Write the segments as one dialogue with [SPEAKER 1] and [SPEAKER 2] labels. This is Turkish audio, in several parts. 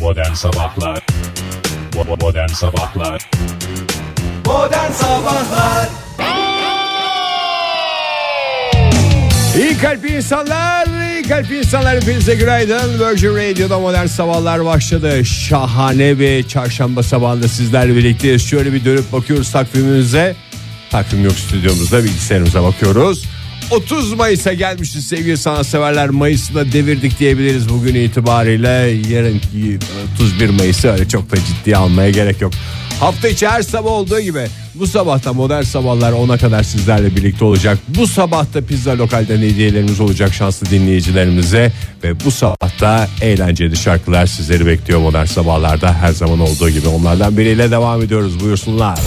[SPEAKER 1] Modern Sabahlar Bo- Modern Sabahlar
[SPEAKER 2] Modern Sabahlar İyi kalp insanlar, iyi kalp insanlar hepinize günaydın. Virgin Radio'da modern sabahlar başladı. Şahane bir çarşamba sabahında sizlerle birlikteyiz. Şöyle bir dönüp bakıyoruz takvimimize. Takvim yok stüdyomuzda bilgisayarımıza bakıyoruz. 30 Mayıs'a gelmişiz sevgili sanatseverler. Mayıs'ı da devirdik diyebiliriz bugün itibariyle. Yarınki 31 Mayıs'ı öyle çok da ciddiye almaya gerek yok. Hafta içi her sabah olduğu gibi bu sabahta modern sabahlar 10'a kadar sizlerle birlikte olacak. Bu sabahta pizza lokalden hediyelerimiz olacak şanslı dinleyicilerimize. Ve bu sabahta eğlenceli şarkılar sizleri bekliyor modern sabahlarda her zaman olduğu gibi. Onlardan biriyle devam ediyoruz buyursunlar.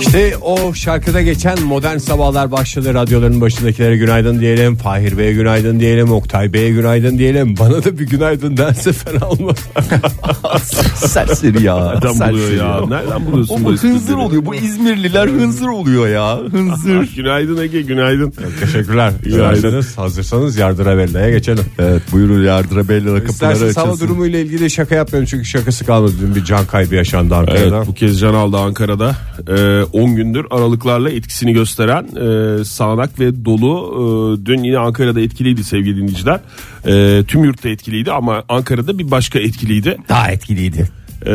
[SPEAKER 2] İşte o şarkıda geçen modern sabahlar başladı. Radyoların başındakilere günaydın diyelim. Fahir Bey'e günaydın diyelim. Oktay Bey'e günaydın diyelim. Bana da bir günaydın dense fena olmaz.
[SPEAKER 3] Serseri ya.
[SPEAKER 4] Nereden buluyor
[SPEAKER 3] serseri.
[SPEAKER 4] ya? Nereden buluyorsun
[SPEAKER 3] Oğlum
[SPEAKER 4] bu
[SPEAKER 3] hınzır
[SPEAKER 4] esprileri?
[SPEAKER 3] oluyor. Bu İzmirliler hınzır oluyor ya. Hınzır.
[SPEAKER 4] Günaydın Ege günaydın.
[SPEAKER 1] Teşekkürler. Günaydınız. Hazırsanız yardıra belleye geçelim.
[SPEAKER 3] evet buyurun yardıra belli
[SPEAKER 1] İstersen hava durumuyla ilgili şaka yapmıyorum çünkü şakası kalmadı. Dün bir can kaybı yaşandı
[SPEAKER 4] Evet
[SPEAKER 1] Ankara'da.
[SPEAKER 4] bu kez can aldı Ankara'da. Ee, 10 gündür aralıklarla etkisini gösteren e, sağanak ve dolu e, dün yine Ankara'da etkiliydi sevgili dinleyiciler. E, tüm yurtta etkiliydi ama Ankara'da bir başka etkiliydi.
[SPEAKER 3] Daha etkiliydi.
[SPEAKER 4] E,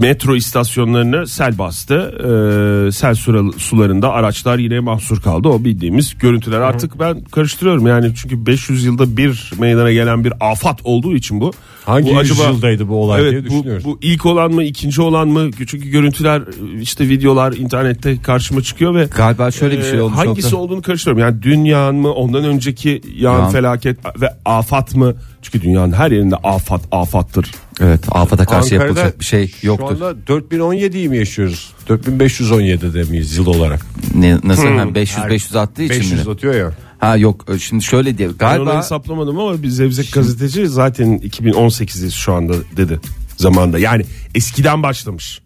[SPEAKER 4] metro istasyonlarını sel bastı. E, sel sura- sularında araçlar yine mahsur kaldı. O bildiğimiz görüntüler. Artık ben karıştırıyorum yani çünkü 500 yılda bir meydana gelen bir afat olduğu için bu.
[SPEAKER 1] Hangi
[SPEAKER 4] bu
[SPEAKER 1] yüzyıldaydı bu olay diye
[SPEAKER 4] Evet bu,
[SPEAKER 1] düşünüyorum.
[SPEAKER 4] bu ilk olan mı ikinci olan mı çünkü görüntüler işte videolar internette karşıma çıkıyor ve
[SPEAKER 3] Galiba şöyle bir şey
[SPEAKER 4] e,
[SPEAKER 3] olmuş.
[SPEAKER 4] hangisi
[SPEAKER 3] nokta.
[SPEAKER 4] olduğunu karıştırıyorum yani dünyanın mı ondan önceki yağan
[SPEAKER 3] Yağan.
[SPEAKER 4] felaket ve afat mı çünkü dünyanın her yerinde afat afattır
[SPEAKER 3] Evet afata karşı yapılacak bir şey yoktur.
[SPEAKER 1] Şu anda 4017'yi mi yaşıyoruz? 4517'de miyiz yıl olarak?
[SPEAKER 3] Ne, nasıl ha, 500 500 attığı için
[SPEAKER 1] 500
[SPEAKER 3] mi?
[SPEAKER 1] atıyor ya.
[SPEAKER 3] Ha yok e, şimdi şöyle diye
[SPEAKER 4] ben onu
[SPEAKER 3] galiba
[SPEAKER 4] hesaplamadım ama bir zevzek gazeteci zaten 2018'deyiz şu anda dedi zamanda yani eskiden başlamış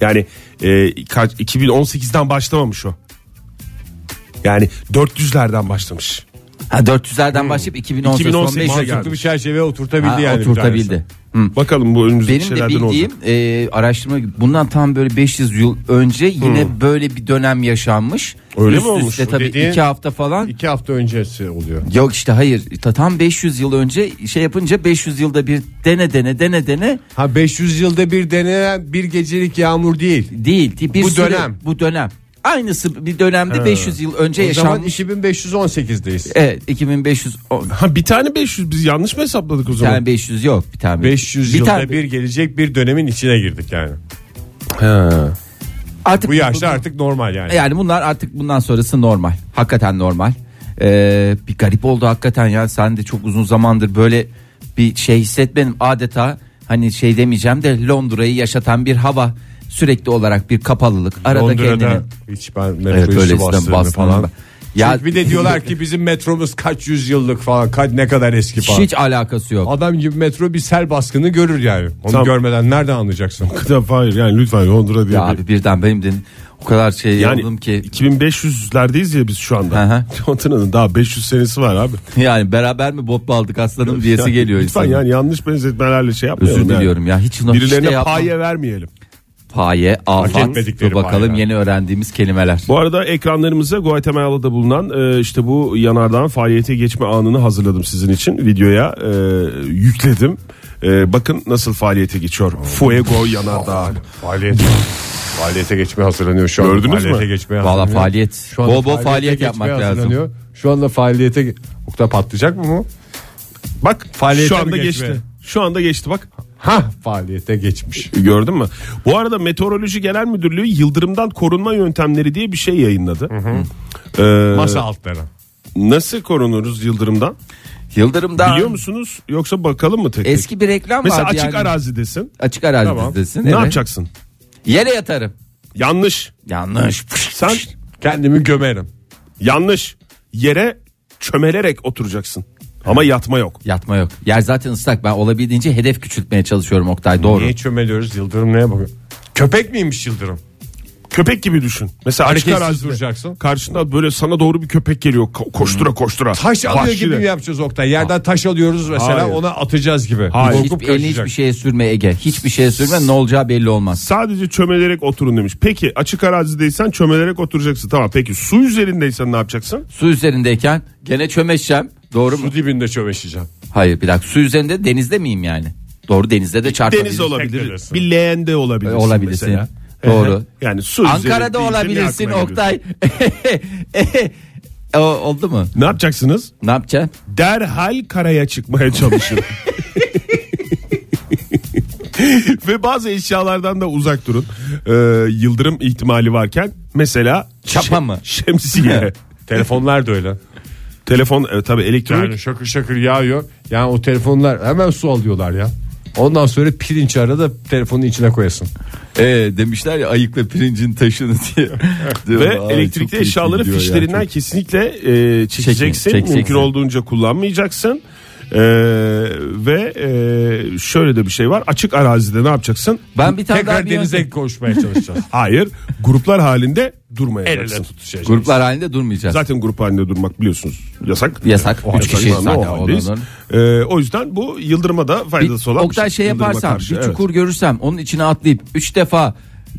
[SPEAKER 4] yani e, kaç- 2018'den başlamamış o yani 400'lerden başlamış.
[SPEAKER 3] ha 400'lerden başlayıp 2018
[SPEAKER 4] 2018
[SPEAKER 3] 15'e
[SPEAKER 4] geldi.
[SPEAKER 3] geldi.
[SPEAKER 1] Çünkü bir çerçeveye oturtabildi
[SPEAKER 3] Ha,
[SPEAKER 1] yani. bir tanesi.
[SPEAKER 3] oturtabildi. Hı.
[SPEAKER 4] Bakalım bu önümüzdeki
[SPEAKER 3] Benim de
[SPEAKER 4] şeylerden olacak.
[SPEAKER 3] bildiğim e, araştırma gibi, bundan tam böyle 500 yıl önce yine böyle bir dönem yaşanmış.
[SPEAKER 4] Hmm. Öyle
[SPEAKER 3] Üst
[SPEAKER 4] mi olmuş?
[SPEAKER 3] Üste tabii
[SPEAKER 1] Dediğin-
[SPEAKER 3] iki hafta falan.
[SPEAKER 1] İki hafta öncesi oluyor.
[SPEAKER 3] Yok işte hayır Ta- tam 500 yıl önce şey yapınca 500 yılda bir dene dene dene dene
[SPEAKER 1] Ha 500 yılda bir denenen bir gecelik yağmur değil.
[SPEAKER 3] değil. Bir
[SPEAKER 1] Bu
[SPEAKER 3] süre-
[SPEAKER 1] dönem.
[SPEAKER 3] Bu dönem. Aynısı bir dönemde 500 yıl önce
[SPEAKER 1] O zaman
[SPEAKER 3] şey yaşanmış.
[SPEAKER 1] 2518'deyiz.
[SPEAKER 3] Evet 2500 o-
[SPEAKER 4] Ha bir tane 500 biz yanlış mı hesapladık o
[SPEAKER 3] bir
[SPEAKER 4] zaman?
[SPEAKER 3] tane 500 yok bir tane.
[SPEAKER 1] 500
[SPEAKER 3] bir
[SPEAKER 1] yılda
[SPEAKER 3] tane-
[SPEAKER 1] bir gelecek bir dönemin içine girdik yani.
[SPEAKER 3] artık
[SPEAKER 1] Bu yaşta artık normal yani.
[SPEAKER 3] Yani bunlar artık bundan sonrası normal. Hakikaten normal. Ee, bir garip oldu hakikaten ya. Sen de çok uzun zamandır böyle bir şey hissetmedim. Adeta hani şey demeyeceğim de Londra'yı yaşatan bir hava. Sürekli olarak bir kapalılık. Arada
[SPEAKER 1] Londra'da
[SPEAKER 3] kendini...
[SPEAKER 1] hiç ben
[SPEAKER 3] Evet
[SPEAKER 1] metroyu
[SPEAKER 3] öylesine
[SPEAKER 1] su bastığını
[SPEAKER 3] bastığını
[SPEAKER 1] falan.
[SPEAKER 3] ben- Ya-
[SPEAKER 1] Çünkü bir de diyorlar ki bizim metromuz kaç yüzyıllık falan kaç ne kadar eski falan.
[SPEAKER 3] Hiç alakası yok.
[SPEAKER 1] Adam gibi metro bir sel baskını görür yani. Onu
[SPEAKER 4] Tam-
[SPEAKER 1] görmeden nereden anlayacaksın?
[SPEAKER 4] hayır yani lütfen Londra diye.
[SPEAKER 3] Ya abi birden benim de o kadar şey
[SPEAKER 4] yani
[SPEAKER 3] oldum ki
[SPEAKER 4] 2500'lerdeyiz ya biz şu
[SPEAKER 3] Hı hı.
[SPEAKER 4] anda. Londra'nın daha 500 senesi var abi.
[SPEAKER 3] yani beraber mi botla aldık aslanım diyesi
[SPEAKER 4] Yani
[SPEAKER 3] geliyor
[SPEAKER 4] Lütfen
[SPEAKER 3] insanın.
[SPEAKER 4] yani yanlış benzetmelerle şey yapmayalım.
[SPEAKER 3] Özür
[SPEAKER 4] yani.
[SPEAKER 3] diliyorum ya hiç hiç de
[SPEAKER 4] Birilerine
[SPEAKER 3] yapmam.
[SPEAKER 4] paye vermeyelim.
[SPEAKER 3] paye afat
[SPEAKER 1] etmedikleri
[SPEAKER 3] dur bakalım
[SPEAKER 1] paye.
[SPEAKER 3] yeni öğrendiğimiz kelimeler.
[SPEAKER 4] Bu arada ekranlarımıza Guatemala'da bulunan e, işte bu yanardan faaliyete geçme anını hazırladım sizin için. Videoya e, yükledim. E, bakın nasıl faaliyete geçiyor. Fuego yanardağı.
[SPEAKER 1] Faaliyete, faaliyete geçmeye hazırlanıyor şu an.
[SPEAKER 4] Gördünüz mü?
[SPEAKER 1] Faaliyete geçmeye
[SPEAKER 3] Valla
[SPEAKER 1] hazırlanıyor.
[SPEAKER 3] faaliyet.
[SPEAKER 1] Şu anda
[SPEAKER 3] Bol bol
[SPEAKER 1] faaliyete
[SPEAKER 3] faaliyet
[SPEAKER 1] geçmeye
[SPEAKER 3] yapmak lazım.
[SPEAKER 1] hazırlanıyor. Şu anda faaliyete... ge- Oktay patlayacak mı bu?
[SPEAKER 4] Bak
[SPEAKER 1] Faaliyete
[SPEAKER 4] şu
[SPEAKER 1] mi
[SPEAKER 4] anda
[SPEAKER 1] geçme?
[SPEAKER 4] geçti. Şu anda geçti bak.
[SPEAKER 1] Ha faaliyete geçmiş.
[SPEAKER 4] Gördün mü? Bu arada Meteoroloji Genel Müdürlüğü yıldırımdan korunma yöntemleri diye bir şey yayınladı. Ee,
[SPEAKER 1] Masa altları.
[SPEAKER 4] Nasıl korunuruz yıldırımdan?
[SPEAKER 3] Yıldırım'dan
[SPEAKER 4] Biliyor musunuz? Yoksa bakalım mı tek tek?
[SPEAKER 3] eski bir reklam
[SPEAKER 4] Mesela
[SPEAKER 3] vardı
[SPEAKER 4] açık
[SPEAKER 3] yani.
[SPEAKER 4] arazidesin.
[SPEAKER 3] Açık arazi
[SPEAKER 4] Tamam.
[SPEAKER 3] dizdesin,
[SPEAKER 4] Ne
[SPEAKER 3] evet.
[SPEAKER 4] yapacaksın?
[SPEAKER 3] Yere yatarım.
[SPEAKER 4] Yanlış.
[SPEAKER 3] Yanlış.
[SPEAKER 4] Sen
[SPEAKER 1] Kendimi gömerim.
[SPEAKER 4] yanlış. Yere çömelerek oturacaksın. Ama yatma yok.
[SPEAKER 3] Yatma yok. Yer zaten ıslak. Ben olabildiğince hedef küçültmeye çalışıyorum Oktay. Doğru.
[SPEAKER 1] Niye çömeliyoruz? Yıldırım neye bakıyor? Köpek miymiş Yıldırım?
[SPEAKER 4] Köpek gibi düşün. Mesela açık
[SPEAKER 1] Hareketsiz
[SPEAKER 4] arazide
[SPEAKER 1] duracaksın.
[SPEAKER 4] Karşında böyle sana doğru bir köpek geliyor. Ko-
[SPEAKER 3] Hmm.
[SPEAKER 4] Koştura koştura.
[SPEAKER 1] Taş alıyor
[SPEAKER 4] Vahşi
[SPEAKER 1] gibi
[SPEAKER 4] de.
[SPEAKER 1] mi yapacağız Oktay? Yerden taş alıyoruz mesela
[SPEAKER 4] Hayır.
[SPEAKER 1] ona atacağız gibi.
[SPEAKER 4] Hayır.
[SPEAKER 1] Korkup
[SPEAKER 3] Hiç, elini
[SPEAKER 1] kaçacak.
[SPEAKER 3] hiçbir şeye sürme Ege. Hiçbir şeye sürme ne olacağı belli olmaz.
[SPEAKER 4] Sadece çömelerek oturun demiş. Peki açık arazideysen çömelerek oturacaksın. Tamam peki su üzerindeysen ne yapacaksın?
[SPEAKER 3] Su üzerindeyken gene çömeşeceğim. Doğru mu?
[SPEAKER 1] Su dibinde çömeşeceğim.
[SPEAKER 3] Hayır bir dakika su üzerinde denizde miyim yani? Doğru denizde de çarpabilir.
[SPEAKER 4] Deniz olabilir.
[SPEAKER 1] Teknolojisi.
[SPEAKER 4] Bir leğende olabilirsin.
[SPEAKER 3] Olabilirsin.
[SPEAKER 4] mesela.
[SPEAKER 3] Doğru.
[SPEAKER 4] yani su
[SPEAKER 3] Ankara'da
[SPEAKER 4] üzeri deyince ne
[SPEAKER 3] olabilirsin
[SPEAKER 4] aklına geliyor?
[SPEAKER 3] Oktay. O- oldu mu?
[SPEAKER 4] Ne yapacaksınız?
[SPEAKER 3] Ne yapacaksın?
[SPEAKER 4] derhal karaya çıkmaya çalışın. Ve bazı eşyalardan da uzak durun. Ee, yıldırım ihtimali varken mesela
[SPEAKER 3] Çapa
[SPEAKER 4] şem-
[SPEAKER 3] mı?
[SPEAKER 4] Şemsiye.
[SPEAKER 1] Telefonlar da öyle.
[SPEAKER 4] Telefon e, tabii elektronik.
[SPEAKER 1] Yani şakır şakır yağıyor. Yani o telefonlar hemen su alıyorlar ya. Ondan sonra pirinç arada telefonun içine koyasın.
[SPEAKER 3] E, demişler ya ayıkla pirincin taşını diye.
[SPEAKER 4] Ve elektrikli eşyaları fişlerinden kesinlikle e, çekeceksin.
[SPEAKER 3] Çekin, çekeceksin.
[SPEAKER 4] Mümkün olduğunca kullanmayacaksın. Ee, ve e, şöyle de bir şey var. Açık arazide ne yapacaksın?
[SPEAKER 3] Ben bir tane daha
[SPEAKER 1] Tekrar
[SPEAKER 3] bir
[SPEAKER 1] denize
[SPEAKER 3] yöntem-
[SPEAKER 1] koşmaya çalışacağız.
[SPEAKER 4] Hayır, gruplar halinde
[SPEAKER 1] El ele
[SPEAKER 4] durmayacaksın.
[SPEAKER 1] tutuşacağız.
[SPEAKER 3] gruplar halinde durmayacağız.
[SPEAKER 4] Zaten grup halinde durmak biliyorsunuz yasak.
[SPEAKER 3] Yasak.
[SPEAKER 4] O
[SPEAKER 3] Üç
[SPEAKER 4] yasak.
[SPEAKER 3] kişiyiz
[SPEAKER 4] Şu anda
[SPEAKER 3] zaten.
[SPEAKER 4] o haldeyiz.
[SPEAKER 3] Ondan-
[SPEAKER 4] Ee, o yüzden bu yıldırıma da
[SPEAKER 3] Bir-
[SPEAKER 4] faydası olan bir
[SPEAKER 3] Oktay şey
[SPEAKER 4] Yıldırıma
[SPEAKER 3] yaparsam
[SPEAKER 4] karşı,
[SPEAKER 3] bir
[SPEAKER 4] evet.
[SPEAKER 3] çukur görürsem onun içine atlayıp 3 defa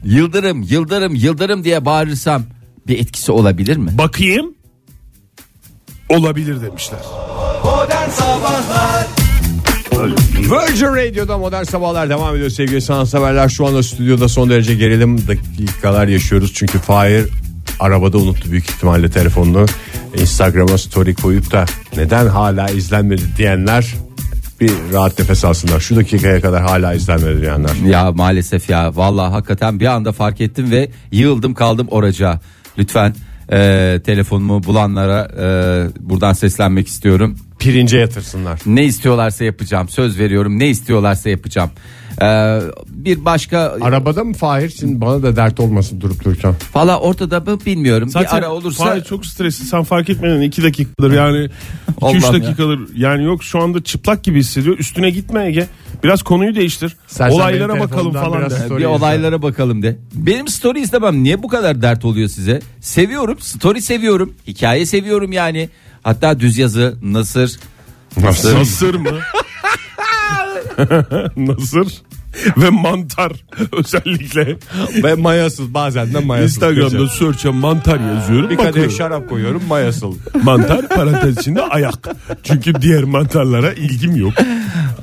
[SPEAKER 3] yıldırım yıldırım yıldırım diye bağırırsam bir etkisi olabilir mi?
[SPEAKER 4] Bakayım olabilir demişler.
[SPEAKER 1] Virgin Radio'da modern sabahlar devam ediyor sevgili sanatseverler. Şu anda stüdyoda son derece gerilim dakikalar yaşıyoruz. Çünkü Fahir arabada unuttu büyük ihtimalle telefonunu. Instagram'a story koyup da neden hala izlenmedi diyenler bir rahat nefes alsınlar. Şu dakikaya kadar hala izlenmedi diyenler.
[SPEAKER 3] Ya maalesef ya vallahi hakikaten bir anda fark ettim ve yığıldım kaldım oraca. Lütfen e, telefonumu bulanlara e, buradan seslenmek istiyorum.
[SPEAKER 1] Pirince yatırsınlar.
[SPEAKER 3] Ne istiyorlarsa yapacağım söz veriyorum ne istiyorlarsa yapacağım. E, bir başka
[SPEAKER 1] Arabada mı Fahir? Şimdi bana da dert olmasın durup dururken.
[SPEAKER 3] falan ortada mı bilmiyorum. bir ara olursa
[SPEAKER 4] Fahir çok stresli sen fark etmeden 2 dakikadır yani 2-3
[SPEAKER 3] Allah'ım ya.
[SPEAKER 4] dakikadır yani yok şu anda çıplak gibi hissediyor üstüne gitme Ege biraz konuyu değiştir
[SPEAKER 1] Sen- sen
[SPEAKER 4] olaylara
[SPEAKER 1] benim
[SPEAKER 4] bakalım
[SPEAKER 1] telefonumdan
[SPEAKER 4] falan
[SPEAKER 1] biraz
[SPEAKER 4] de.
[SPEAKER 1] story
[SPEAKER 3] bir
[SPEAKER 1] izle.
[SPEAKER 3] olaylara bakalım de. Benim story istemem niye bu kadar dert oluyor size? Seviyorum, story seviyorum, hikaye seviyorum yani. Hatta düz yazı, nasır.
[SPEAKER 4] Nasır mı? Nasır ve mantar özellikle
[SPEAKER 1] Ve mayasız bazen de mayasız.
[SPEAKER 4] Instagram'da
[SPEAKER 1] gece.
[SPEAKER 4] search'e mantar yazıyorum.
[SPEAKER 1] bir kadeh
[SPEAKER 4] bakıyorum.
[SPEAKER 1] şarap koyuyorum mayasıl.
[SPEAKER 4] Mantar parantez içinde ayak. Çünkü diğer mantarlara ilgim yok.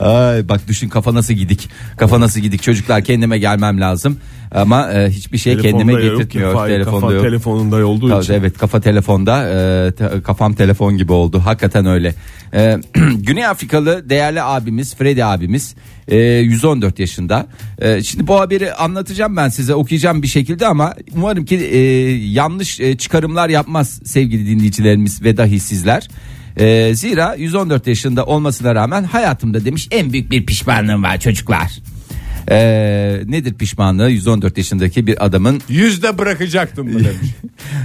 [SPEAKER 3] Ay bak düşün kafa nasıl gidik. Kafa nasıl gidik. Çocuklar kendime gelmem lazım. Ama e, hiçbir şey kendime
[SPEAKER 4] Telefonda yok ki,
[SPEAKER 3] getirtmiyor.
[SPEAKER 4] Fahir,
[SPEAKER 3] Telefonda
[SPEAKER 4] kafa
[SPEAKER 3] yok.
[SPEAKER 4] telefonunda olduğu
[SPEAKER 3] Tabii,
[SPEAKER 4] için.
[SPEAKER 3] Evet kafa telefonda e, te- kafam telefon gibi oldu hakikaten öyle. E, Güney Afrikalı değerli abimiz Freddy abimiz e, 114 yaşında. E, şimdi bu haberi anlatacağım ben size okuyacağım bir şekilde ama umarım ki e, yanlış e, çıkarımlar yapmaz sevgili dinleyicilerimiz ve dahi sizler. E, zira 114 yaşında olmasına rağmen hayatımda demiş en büyük bir pişmanlığım var çocuklar. E, nedir pişmanlığı 114 yaşındaki bir adamın
[SPEAKER 1] Yüzde bırakacaktım mı demiş.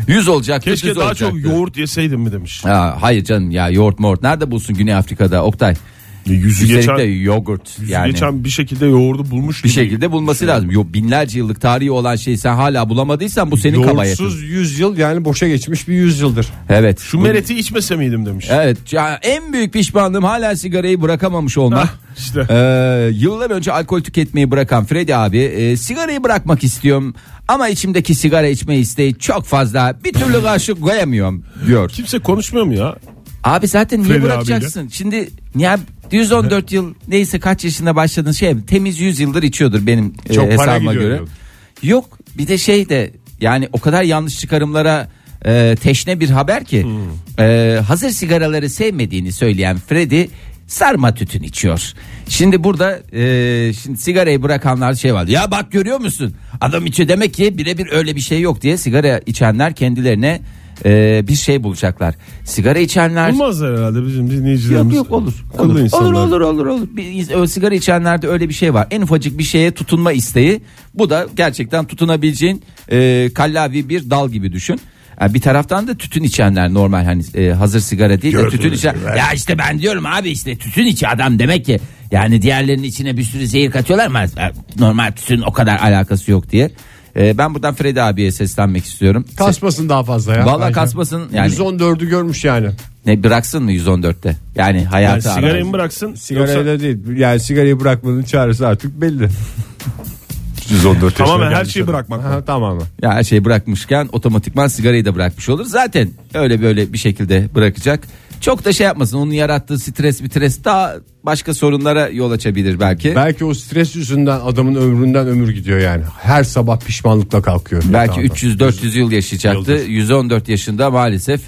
[SPEAKER 3] 100 olacaktı
[SPEAKER 4] Keşke
[SPEAKER 3] düz
[SPEAKER 4] daha
[SPEAKER 3] olacaktı.
[SPEAKER 4] çok yoğurt yeseydim mi demiş.
[SPEAKER 3] Ha, hayır canım ya yoğurt mort nerede bulsun Güney Afrika'da Oktay?
[SPEAKER 4] Yüzü
[SPEAKER 3] Üstelik
[SPEAKER 4] geçen,
[SPEAKER 3] de yogurt
[SPEAKER 4] yüzü
[SPEAKER 3] yani.
[SPEAKER 4] geçen şey. bir şekilde yoğurdu bulmuş.
[SPEAKER 3] bir şey- şekilde bulması lazım. Yo, binlerce yıllık tarihi olan şeyi sen hala bulamadıysan bu senin kabahatin.
[SPEAKER 1] Yoğurtsuz 100 yıl yani boşa geçmiş bir 100 yıldır.
[SPEAKER 3] Evet.
[SPEAKER 4] Şu
[SPEAKER 3] Bu-
[SPEAKER 4] mereti içmese miydim demiş.
[SPEAKER 3] Evet ya en büyük pişmanlığım hala sigarayı bırakamamış olmak.
[SPEAKER 4] işte.
[SPEAKER 3] Ee, yıllar önce alkol tüketmeyi bırakan Freddy abi e, sigarayı bırakmak istiyorum ama içimdeki sigara içme isteği çok fazla bir türlü karşı koyamıyorum diyor.
[SPEAKER 4] Kimse konuşmuyor mu ya?
[SPEAKER 3] Abi zaten niye
[SPEAKER 4] Freddy
[SPEAKER 3] bırakacaksın? Şimdi ya 114 yıl neyse kaç yaşında başladın şey temiz 100 yıldır içiyordur benim e,
[SPEAKER 1] Çok para
[SPEAKER 3] hesabıma
[SPEAKER 1] gidiyor
[SPEAKER 3] göre.
[SPEAKER 1] diyor.
[SPEAKER 3] Yok bir de şey de yani o kadar yanlış çıkarımlara e, teşne bir haber ki e, hazır sigaraları sevmediğini söyleyen Freddy sarma tütün içiyor. Şimdi burada e, şimdi sigarayı bırakanlar şey var. Ya bak görüyor musun? Adam içiyor demek ki birebir öyle bir şey yok diye sigara içenler kendilerine e, bir şey bulacaklar. Sigara içenler
[SPEAKER 4] Bulmazlar herhalde bizim
[SPEAKER 3] Yok
[SPEAKER 4] dinleyicilerimiz.
[SPEAKER 3] şey- yok olur.
[SPEAKER 4] Akıllı
[SPEAKER 3] Olur olur
[SPEAKER 4] insanlar.
[SPEAKER 3] olur olur. olur. Bir, o sigara içenlerde öyle bir şey var. En ufacık bir şeye tutunma isteği. Bu da gerçekten tutunabileceğin e, kallavi bir dal gibi düşün. Yani bir taraftan da tütün içenler normal hani e, hazır sigara değil de tütün içen. Ya işte ben diyorum abi işte tütün içi adam demek ki yani diğerlerinin içine bir sürü zehir katıyorlar ama e, normal tütün o kadar alakası yok diye. E, ben buradan Freddy abiye seslenmek istiyorum.
[SPEAKER 1] Kasmasın daha fazla ya.
[SPEAKER 3] Valla
[SPEAKER 1] Bence.
[SPEAKER 3] kasmasın yani.
[SPEAKER 1] 114'ü görmüş yani.
[SPEAKER 3] Ne bıraksın mı 114'te? Yani hayatı
[SPEAKER 4] Yani
[SPEAKER 3] arar.
[SPEAKER 4] sigarayı mı bıraksın?
[SPEAKER 1] Sigarayla
[SPEAKER 4] Yoksa
[SPEAKER 1] değil. Yani sigarayı bırakmanın çaresi artık belli. 114 yaşına
[SPEAKER 4] tamamen her
[SPEAKER 1] gelmiş
[SPEAKER 4] şeyi
[SPEAKER 1] adam.
[SPEAKER 4] bırakmak.
[SPEAKER 1] Ha, tamamen.
[SPEAKER 3] Ya her şeyi bırakmışken otomatikman sigarayı da bırakmış olur. Zaten öyle böyle bir şekilde bırakacak. Çok da şey yapmasın. Onun yarattığı stres bitres daha başka sorunlara yol açabilir belki.
[SPEAKER 1] Belki o stres yüzünden adamın ömründen ömür gidiyor yani. Her sabah pişmanlıkla kalkıyor.
[SPEAKER 3] belki
[SPEAKER 1] Yatağından.
[SPEAKER 3] 300-400 yıl yaşayacaktı. 114 yaşında maalesef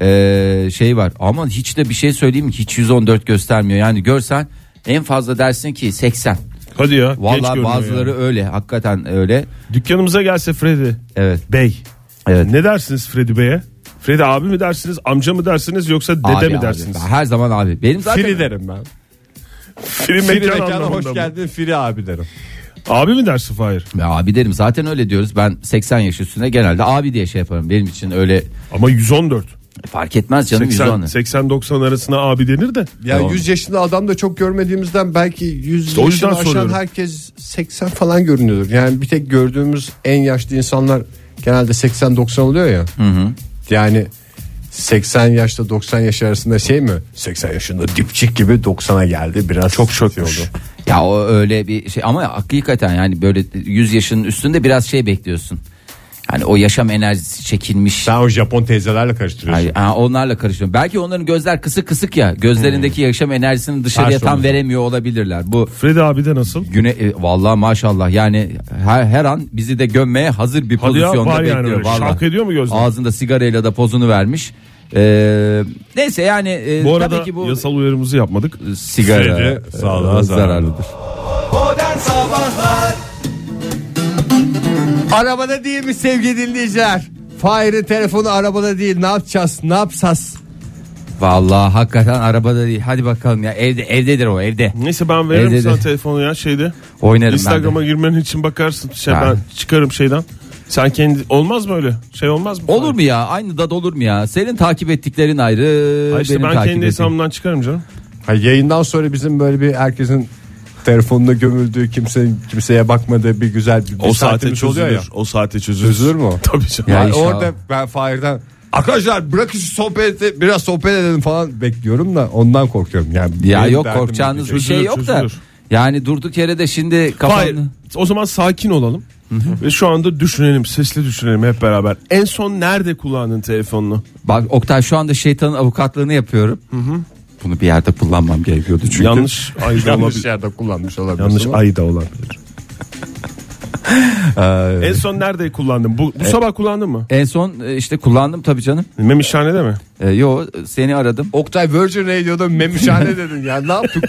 [SPEAKER 3] eee, şey var. Ama hiç de bir şey söyleyeyim mi? Hiç 114 göstermiyor. Yani görsen en fazla dersin ki 80.
[SPEAKER 4] Hadi ya. genç
[SPEAKER 3] Vallahi
[SPEAKER 4] görünüyor
[SPEAKER 3] bazıları
[SPEAKER 4] ya.
[SPEAKER 3] öyle. Hakikaten öyle.
[SPEAKER 4] Dükkanımıza gelse Freddy
[SPEAKER 3] Evet.
[SPEAKER 4] Bey.
[SPEAKER 3] Evet.
[SPEAKER 4] Ne dersiniz Freddy Bey'e? Freddy abi mi dersiniz, amca mı dersiniz yoksa dede
[SPEAKER 3] Abi,
[SPEAKER 4] mi
[SPEAKER 3] abi.
[SPEAKER 4] dersiniz?
[SPEAKER 3] Ben Her zaman abi. Benim zaten
[SPEAKER 1] Firi derim ben.
[SPEAKER 4] Firi
[SPEAKER 1] Firi
[SPEAKER 4] mekan
[SPEAKER 1] mekana
[SPEAKER 4] anlamında
[SPEAKER 1] hoş
[SPEAKER 4] mı?
[SPEAKER 1] geldin Firi abi derim.
[SPEAKER 4] Abi mi dersin Fahir?
[SPEAKER 3] Ya abi derim zaten öyle diyoruz. Ben 80 yaş üstüne genelde abi diye şey yaparım. Benim için öyle
[SPEAKER 4] Ama 114.
[SPEAKER 3] fark etmez canım
[SPEAKER 4] 80,
[SPEAKER 3] 110.
[SPEAKER 4] 80-90 arasına abi denir de.
[SPEAKER 1] Ya
[SPEAKER 3] Doğru.
[SPEAKER 1] 100 yaşında adam da çok görmediğimizden belki 100
[SPEAKER 4] o yüzden
[SPEAKER 1] yaşını aşan
[SPEAKER 4] soruyorum.
[SPEAKER 1] herkes 80 falan görünüyordur. Yani bir tek gördüğümüz en yaşlı insanlar genelde 80-90 oluyor ya. Yani 80 yaşta 90 yaş arasında şey mi? 80 yaşında dipçik gibi 90'a geldi biraz. Çok
[SPEAKER 4] çökmüş.
[SPEAKER 3] Ya o öyle bir şey ama hakikaten yani böyle 100 yaşının üstünde biraz şey bekliyorsun. Hani o yaşam enerjisi çekilmiş.
[SPEAKER 1] Sen o Japon teyzelerle karıştırıyorsun.
[SPEAKER 3] Ay, ha, onlarla karışıyorum. Belki onların gözler kısık kısık ya. Gözlerindeki yaşam enerjisini dışarıya
[SPEAKER 1] Karşı
[SPEAKER 3] tam
[SPEAKER 1] omuzda.
[SPEAKER 3] veremiyor olabilirler. Bu
[SPEAKER 4] Freddy abi de nasıl?
[SPEAKER 3] güne e, vallahi maşallah yani her, her an bizi de gömmeye hazır bir
[SPEAKER 4] Hadi ya,
[SPEAKER 3] pozisyonda
[SPEAKER 4] var yani
[SPEAKER 3] bekliyor.
[SPEAKER 4] öyle.
[SPEAKER 3] vallahi.
[SPEAKER 4] Şak ediyor mu gözler?
[SPEAKER 3] Ağzında sigarayla da pozunu vermiş. Ee, neyse yani e,
[SPEAKER 4] Bu arada
[SPEAKER 3] tabii ki bu
[SPEAKER 4] yasal uyarımızı yapmadık.
[SPEAKER 3] sigara
[SPEAKER 4] Sigara,
[SPEAKER 3] e,
[SPEAKER 4] sağlığa
[SPEAKER 3] zararlıdır.
[SPEAKER 1] Arabada değil mi sevgili dinleyiciler? Fahir'in telefonu arabada değil ne yapacağız ne yapsas?
[SPEAKER 3] Vallahi hakikaten arabada değil. Hadi bakalım ya evde evdedir o evde.
[SPEAKER 4] Neyse ben veririm
[SPEAKER 3] Evde
[SPEAKER 4] sana
[SPEAKER 3] de-
[SPEAKER 4] telefonu ya şeyde.
[SPEAKER 3] Oynarım ben
[SPEAKER 4] Instagram'a girmen için bakarsın. Şey,
[SPEAKER 3] Ha.
[SPEAKER 4] ben çıkarım şeyden. Sen kendi olmaz mı öyle? Şey olmaz mı?
[SPEAKER 3] Olur mu ya? Aynı dad olur mu ya? Senin takip ettiklerin ayrı.
[SPEAKER 4] Ha işte
[SPEAKER 3] benim
[SPEAKER 4] ben
[SPEAKER 3] takip
[SPEAKER 4] kendi
[SPEAKER 3] ettiğim-
[SPEAKER 4] hesabımdan çıkarım canım.
[SPEAKER 1] Ha, yayından sonra bizim böyle bir herkesin telefonuna gömüldüğü kimsenin kimseye bakmadığı bir güzel bir, bir saatimiz oluyor ya.
[SPEAKER 4] O saate çözülür.
[SPEAKER 1] Çözülür mü o?
[SPEAKER 4] Tabii canım.
[SPEAKER 3] Ya
[SPEAKER 1] Yani
[SPEAKER 3] inşallah.
[SPEAKER 1] orada ben Fahir'den arkadaşlar bırakın şu sohbeti biraz sohbet edelim falan bekliyorum da ondan korkuyorum. Yani
[SPEAKER 3] Ya
[SPEAKER 1] benim
[SPEAKER 3] yok
[SPEAKER 1] derdim
[SPEAKER 3] korkacağınız bir
[SPEAKER 1] bitecek.
[SPEAKER 3] şey
[SPEAKER 4] Çözülür,
[SPEAKER 3] yok da.
[SPEAKER 4] çözülür.
[SPEAKER 3] Yani durduk yere de şimdi
[SPEAKER 4] Hayır.
[SPEAKER 3] kafanı
[SPEAKER 4] O zaman sakin olalım. Ve şu anda düşünelim, sesli düşünelim hep beraber. En son nerede kullandın telefonunu?
[SPEAKER 3] Bak Oktay şu anda şeytanın avukatlığını yapıyorum. Bunu bir yerde kullanmam gerekiyordu çünkü.
[SPEAKER 4] Yanlış ayda
[SPEAKER 1] Yanlış
[SPEAKER 4] olabilir.
[SPEAKER 1] yerde kullanmış olabilir.
[SPEAKER 4] Yanlış
[SPEAKER 1] ama.
[SPEAKER 4] ayda olabilir. en son nerede kullandın? Bu, bu sabah kullandın mı?
[SPEAKER 3] En son e, işte kullandım tabii canım.
[SPEAKER 4] Memişhanede mi?
[SPEAKER 3] E, yo seni aradım.
[SPEAKER 1] Oktay Virgin Radio'da memişhane dedin ya ne yaptık?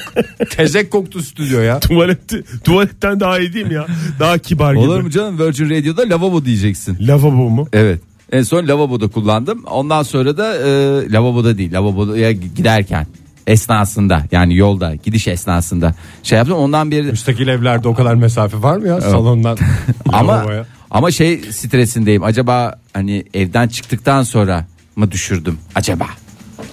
[SPEAKER 1] Tezek koktu stüdyo ya.
[SPEAKER 4] Tuvalette, tuvaletten daha iyi değil mi ya? Daha kibar gibi.
[SPEAKER 3] Olur mu canım Virgin Radio'da lavabo diyeceksin.
[SPEAKER 4] Lavabo mu?
[SPEAKER 3] Evet. En son lavaboda kullandım. Ondan sonra da e, lavaboda değil lavaboya giderken esnasında yani yolda gidiş esnasında şey yaptım ondan beri
[SPEAKER 1] Müstakil evlerde o kadar mesafe var mı ya salondan
[SPEAKER 3] ama
[SPEAKER 1] lavaboya?
[SPEAKER 3] ama şey stresindeyim acaba hani evden çıktıktan sonra mı düşürdüm acaba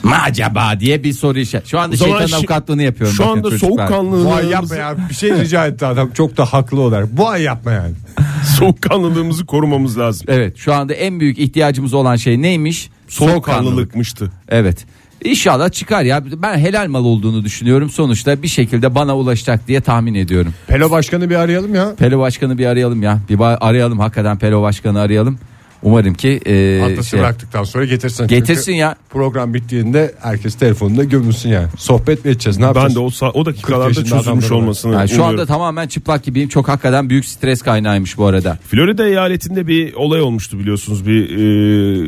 [SPEAKER 3] mı acaba diye bir soru işareti şu anda
[SPEAKER 4] O zaman
[SPEAKER 3] şeytanın
[SPEAKER 4] şi-
[SPEAKER 3] avukatlığını yapıyorum
[SPEAKER 4] Şu
[SPEAKER 3] bakın
[SPEAKER 4] anda
[SPEAKER 3] çocuklar.
[SPEAKER 1] Bu ay
[SPEAKER 4] soğukkanlılığımızı,
[SPEAKER 1] yapma ya bir şey rica etti adam çok da haklı olar. Bu ay yapma yani.
[SPEAKER 4] soğukkanlılığımızı korumamız lazım.
[SPEAKER 3] evet şu anda en büyük ihtiyacımız olan şey neymiş Soğukkanlılık.
[SPEAKER 4] Soğukkanlılıkmıştı.
[SPEAKER 3] Evet. İnşallah çıkar ya. Ben helal mal olduğunu düşünüyorum. Sonuçta bir şekilde bana ulaşacak diye tahmin ediyorum.
[SPEAKER 1] Pelo başkanı bir arayalım ya.
[SPEAKER 3] Pelo Başkanı bir arayalım ya. Bir ba- arayalım hakikaten Pelo Başkanı arayalım. Umarım ki e,
[SPEAKER 1] Atlas'ı
[SPEAKER 3] şey,
[SPEAKER 1] bıraktıktan sonra getirsin.
[SPEAKER 3] getirsin
[SPEAKER 1] Çünkü
[SPEAKER 3] ya.
[SPEAKER 1] program bittiğinde herkes telefonunda gömülsün yani. Sohbet mi edeceğiz ne yapacağız?
[SPEAKER 4] Ben de o, sa- o dakikalarda
[SPEAKER 1] 40 yaşında
[SPEAKER 4] çözülmüş
[SPEAKER 1] adamlar
[SPEAKER 4] olmasını
[SPEAKER 3] Yani şu
[SPEAKER 4] umuyorum.
[SPEAKER 3] anda tamamen çıplak gibiyim. Çok hakikaten büyük stres kaynağıymış bu arada.
[SPEAKER 4] Florida eyaletinde bir olay olmuştu biliyorsunuz. Bir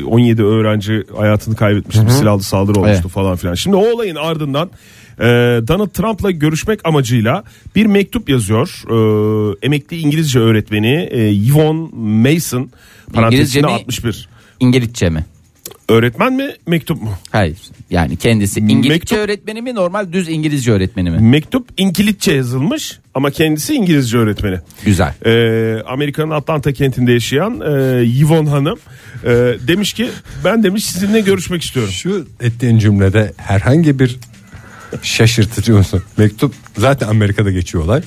[SPEAKER 4] e, 17 öğrenci hayatını kaybetmişti. Bir silahlı saldırı olmuştu
[SPEAKER 3] Evet.
[SPEAKER 4] falan filan. Şimdi o olayın ardından e, Donald Trump'la görüşmek amacıyla bir mektup yazıyor. E, emekli İngilizce öğretmeni e, Yvonne Mason parantezinde
[SPEAKER 3] mi?
[SPEAKER 4] 61.
[SPEAKER 3] İngilizce mi?
[SPEAKER 4] Öğretmen mi mektup mu?
[SPEAKER 3] Hayır. Yani kendisi İngilizce
[SPEAKER 4] Mektup-
[SPEAKER 3] öğretmeni mi normal düz İngilizce öğretmeni mi?
[SPEAKER 4] Mektup İngilizce yazılmış ama kendisi İngilizce öğretmeni.
[SPEAKER 3] Güzel.
[SPEAKER 4] Ee, Amerika'nın Atlanta kentinde yaşayan e, Yvonne Hanım e, demiş ki ben demiş sizinle görüşmek istiyorum.
[SPEAKER 1] Şu ettiğin cümlede herhangi bir şaşırtıcı olsun. Mektup zaten Amerika'da geçiyor olay.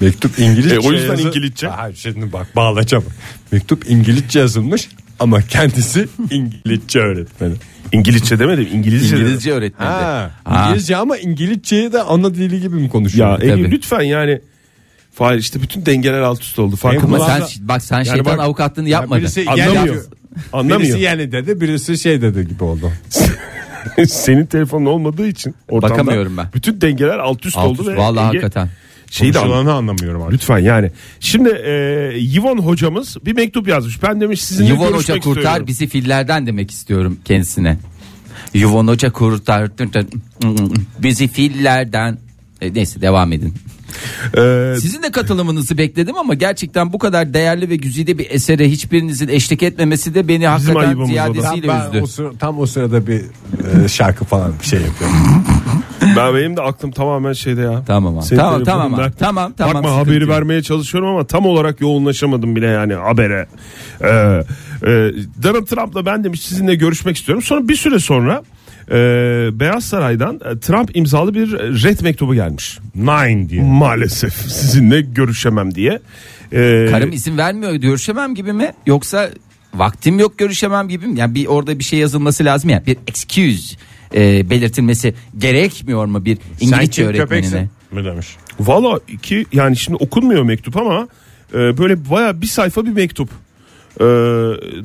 [SPEAKER 1] Mektup İngilizce.
[SPEAKER 4] E, o yüzden
[SPEAKER 1] yazı-
[SPEAKER 4] İngilizce.
[SPEAKER 1] Ha, şimdi bak bağlayacağım. Mektup İngilizce yazılmış ama kendisi İngilizce öğretmeni.
[SPEAKER 4] İngilizce demedim İngilizce. dedim.
[SPEAKER 3] İngilizce öğretmeni.
[SPEAKER 1] Ha,
[SPEAKER 3] Ha.
[SPEAKER 1] İngilizce ama İngilizceyi de ana dili gibi mi konuşuyor?
[SPEAKER 4] Ya e, Engin
[SPEAKER 3] Tabii.
[SPEAKER 4] lütfen yani. Fahir işte bütün dengeler alt üst oldu.
[SPEAKER 3] Ama
[SPEAKER 4] Farkında
[SPEAKER 1] Engin-
[SPEAKER 4] mısın?
[SPEAKER 3] sen
[SPEAKER 1] Kulağına-
[SPEAKER 3] bak sen şeytan
[SPEAKER 1] bak-
[SPEAKER 3] avukatlığını
[SPEAKER 1] Ya
[SPEAKER 3] yapmadın.
[SPEAKER 1] birisi yani-
[SPEAKER 4] Anlamıyor.
[SPEAKER 1] Birisi
[SPEAKER 4] Anlamıyor.
[SPEAKER 1] yani dedi birisi şey dedi gibi oldu.
[SPEAKER 4] Senin telefonun olmadığı için ortamda.
[SPEAKER 3] Bakamıyorum ben.
[SPEAKER 4] Bütün dengeler alt üst
[SPEAKER 3] Alt
[SPEAKER 4] oldu.
[SPEAKER 3] üst,
[SPEAKER 4] ve
[SPEAKER 3] vallahi
[SPEAKER 4] Engin
[SPEAKER 3] hakikaten.
[SPEAKER 4] Şeyi de anlamıyor.
[SPEAKER 1] Konuşulanı anlamıyorum artık.
[SPEAKER 4] Lütfen yani. Şimdi e, Yvonne hocamız bir mektup yazmış. Ben demiş sizinle
[SPEAKER 3] Yuvon
[SPEAKER 4] görüşmek
[SPEAKER 3] Hoca kurtar
[SPEAKER 4] istiyorum.
[SPEAKER 3] bizi fillerden demek istiyorum kendisine. Yuvon Hoca kurtar bizi fillerden. E, neyse devam edin.
[SPEAKER 4] E,
[SPEAKER 3] Sizin de katılımınızı bekledim ama gerçekten bu kadar değerli ve güzide bir esere hiçbirinizin eşlik etmemesi de beni hakikaten
[SPEAKER 4] ayıbımız o da.
[SPEAKER 3] ziyadesiyle
[SPEAKER 1] Ben
[SPEAKER 3] üzdü.
[SPEAKER 1] o sıra- tam o sırada bir e, şarkı falan bir şey yapıyorum.
[SPEAKER 4] ben benim de aklım tamamen şeyde ya.
[SPEAKER 3] Tamam abi.
[SPEAKER 4] Senin
[SPEAKER 3] Tamam
[SPEAKER 4] telefonun
[SPEAKER 3] tamam abi.
[SPEAKER 4] nerede?
[SPEAKER 3] Tamam tamam.
[SPEAKER 4] Bakma
[SPEAKER 3] sıkıntı
[SPEAKER 4] haberi
[SPEAKER 3] yok.
[SPEAKER 4] vermeye çalışıyorum ama tam olarak yoğunlaşamadım bile yani habere. Ee, e, Donald Trump'la ben demiş sizinle görüşmek istiyorum. Sonra bir süre sonra e, Beyaz Saray'dan e, Trump imzalı bir red mektubu gelmiş.
[SPEAKER 1] Nine
[SPEAKER 3] Hmm.
[SPEAKER 1] diye.
[SPEAKER 4] Maalesef sizinle görüşemem diye. Ee,
[SPEAKER 3] Karım izin vermiyor görüşemem gibi mi yoksa vaktim yok görüşemem gibi mi? Yani bir orada bir şey yazılması lazım ya bir excuse e, belirtilmesi gerekmiyor mu bir
[SPEAKER 1] Sen
[SPEAKER 3] İngilizce
[SPEAKER 1] kim
[SPEAKER 3] öğretmenine?
[SPEAKER 1] köpeksin? Mi demiş.
[SPEAKER 4] Valla iki yani şimdi okunmuyor mektup ama e, böyle baya bir sayfa bir mektup. E,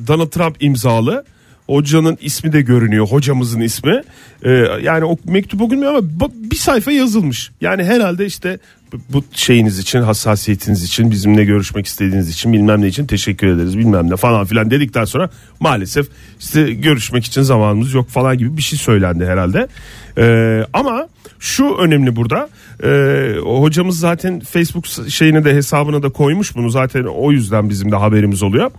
[SPEAKER 4] Donald Trump imzalı. Hocanın ismi de görünüyor. Hocamızın ismi. E, yani o mektup okunmuyor ama ba- bir sayfa yazılmış. Yani herhalde işte bu- bu şeyiniz için hassasiyetiniz için bizimle görüşmek istediğiniz için bilmem ne için teşekkür ederiz bilmem ne falan filan dedikten sonra maalesef işte görüşmek için zamanımız yok falan gibi bir şey söylendi herhalde. E, ama şu önemli burada. Ee, o hocamız zaten Facebook şeyini de hesabına da koymuş bunu. Zaten o yüzden bizim de haberimiz oluyor.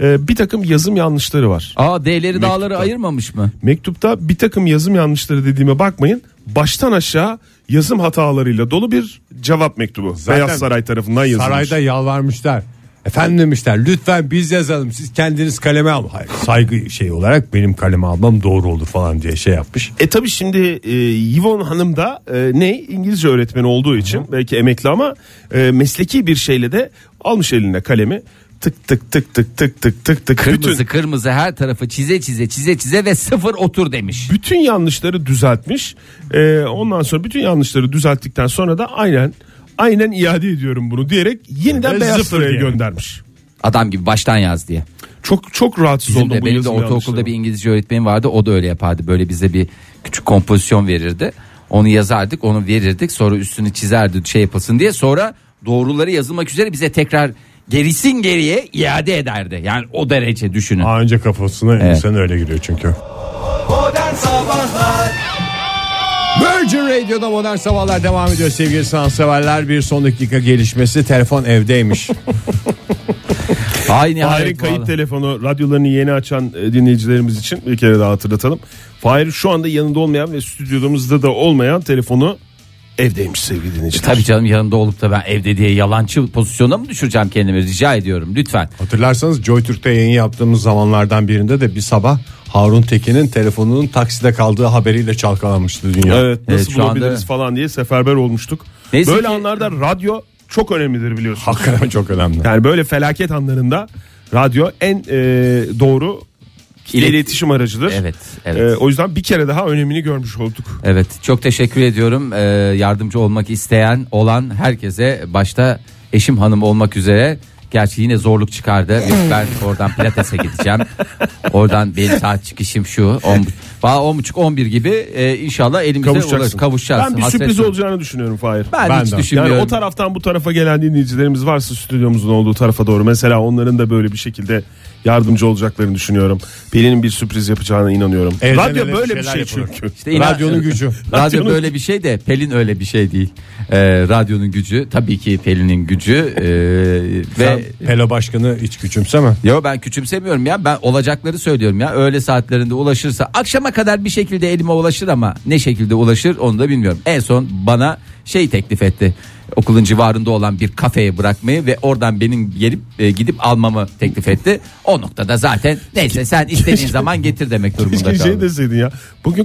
[SPEAKER 4] Ee, bir takım yazım yanlışları var.
[SPEAKER 3] Aa D'leri dağları ayırmamış mı?
[SPEAKER 4] Mektupta bir takım yazım yanlışları dediğime bakmayın. Baştan aşağı yazım hatalarıyla dolu bir cevap mektubu.
[SPEAKER 1] Zaten
[SPEAKER 4] Beyaz Saray tarafından yazılmış.
[SPEAKER 1] Sarayda yalvarmışlar. Efendim demişler lütfen biz yazalım siz kendiniz kaleme al. Hayır, saygı şey olarak benim kaleme almam doğru olur falan diye şey yapmış.
[SPEAKER 4] E tabi şimdi e, Yvonne Hanım da e, ne İngilizce öğretmeni olduğu için belki emekli ama e, mesleki bir şeyle de almış eline kalemi tık tık tık tık tık tık tık tık
[SPEAKER 3] Kırmızı
[SPEAKER 4] bütün
[SPEAKER 3] kırmızı her tarafı çize çize çize çize ve sıfır otur demiş.
[SPEAKER 4] bütün yanlışları düzeltmiş. Ee, ondan sonra bütün yanlışları düzelttikten sonra da aynen aynen iade ediyorum bunu diyerek yeniden
[SPEAKER 1] Ve
[SPEAKER 4] Beyaz
[SPEAKER 1] zıfır
[SPEAKER 4] Saray'a
[SPEAKER 1] diye.
[SPEAKER 4] göndermiş.
[SPEAKER 3] Adam gibi baştan yaz diye.
[SPEAKER 4] Çok çok rahatsız
[SPEAKER 3] Bizim
[SPEAKER 4] oldum
[SPEAKER 3] de
[SPEAKER 4] bu
[SPEAKER 3] benim de
[SPEAKER 4] yazım
[SPEAKER 3] ortaokulda
[SPEAKER 4] yanlışlarına.
[SPEAKER 3] bir İngilizce öğretmenim vardı. O da öyle yapardı. Böyle bize bir küçük kompozisyon verirdi. Onu yazardık, onu verirdik. Sonra üstünü çizerdi şey yapasın diye. Sonra doğruları yazılmak üzere bize tekrar gerisin geriye iade ederdi. Yani o derece düşünün.
[SPEAKER 1] Aa, önce kafasına insan öyle giriyor çünkü. Virgin Radio'da Modern Sabahlar devam ediyor sevgili sanatseverler. Bir son dakika gelişmesi telefon evdeymiş.
[SPEAKER 3] Aynı
[SPEAKER 4] Fahir'in
[SPEAKER 3] hayret
[SPEAKER 4] kayıt
[SPEAKER 3] vallahi.
[SPEAKER 4] telefonu radyolarını yeni açan e, dinleyicilerimiz için bir kere daha hatırlatalım. Fahir şu anda yanında olmayan ve stüdyomuzda da olmayan telefonu evdeymiş sevgili dinleyiciler.
[SPEAKER 3] E, Tabii canım yanında olup da ben evde diye yalancı pozisyona mı düşüreceğim kendimi rica ediyorum lütfen.
[SPEAKER 1] Hatırlarsanız JoyTürk'te yayın yaptığımız zamanlardan birinde de bir sabah Harun Tekin'in telefonunun takside kaldığı haberiyle çalkalanmıştı dünya.
[SPEAKER 4] Evet
[SPEAKER 3] Evet,
[SPEAKER 4] nasıl
[SPEAKER 3] şu anda-
[SPEAKER 4] bulabiliriz falan diye seferber olmuştuk.
[SPEAKER 3] Neyse
[SPEAKER 4] Böyle
[SPEAKER 3] ki-
[SPEAKER 4] anlarda radyo çok önemlidir biliyorsunuz.
[SPEAKER 1] Hakikaten çok önemli.
[SPEAKER 4] Yani böyle felaket anlarında radyo en e, doğru
[SPEAKER 3] İlet-
[SPEAKER 4] iletişim aracıdır.
[SPEAKER 3] Evet, evet.
[SPEAKER 4] E, o yüzden bir kere daha önemini görmüş olduk.
[SPEAKER 3] Evet çok teşekkür ediyorum Ee, yardımcı olmak isteyen olan herkese başta eşim hanım olmak üzere Gerçi yine zorluk çıkardı. Ben oradan pilatese gideceğim. Oradan benim saat çıkışım şu. 10, Valla 10.30-11 gibi e, inşallah elimize ulaşır,
[SPEAKER 4] Kavuşacaksın.
[SPEAKER 3] kavuşacağız.
[SPEAKER 4] Ben bir
[SPEAKER 3] Hasret
[SPEAKER 4] sürpriz
[SPEAKER 3] yok.
[SPEAKER 4] olacağını düşünüyorum Fahir.
[SPEAKER 3] Ben,
[SPEAKER 1] Ben
[SPEAKER 3] hiç
[SPEAKER 1] de.
[SPEAKER 3] düşünmüyorum.
[SPEAKER 4] Yani o taraftan bu tarafa gelen dinleyicilerimiz varsa stüdyomuzun olduğu tarafa doğru mesela onların da böyle bir şekilde yardımcı olacaklarını düşünüyorum. Birinin bir sürpriz yapacağına inanıyorum.
[SPEAKER 1] Evden
[SPEAKER 4] Radyo
[SPEAKER 1] öyle
[SPEAKER 4] böyle bir
[SPEAKER 1] şeyler
[SPEAKER 4] şey
[SPEAKER 1] yapılır.
[SPEAKER 4] çünkü.
[SPEAKER 3] İşte inan-
[SPEAKER 1] Radyonun gücü.
[SPEAKER 3] Radyo
[SPEAKER 4] Radyonun-
[SPEAKER 3] böyle bir şey de Pelin öyle bir şey değil. Ee, radyonun gücü tabii ki Pelin'in gücü ee,
[SPEAKER 1] Sen
[SPEAKER 3] ve
[SPEAKER 1] Pelo Başkan'ı hiç küçümseme.
[SPEAKER 3] Yo ben küçümsemiyorum ya ben olacakları söylüyorum ya öğle saatlerinde ulaşırsa akşama kadar bir şekilde elime ulaşır ama ne şekilde ulaşır onu da bilmiyorum. En son bana şey teklif etti. Okulun civarında olan bir kafeye bırakmayı ve oradan benim gelip e, gidip almamı teklif etti. O noktada zaten neyse sen istediğin zaman getir demek durumunda
[SPEAKER 4] Keşke şey
[SPEAKER 3] kaldım.
[SPEAKER 4] deseydin ya. Bugün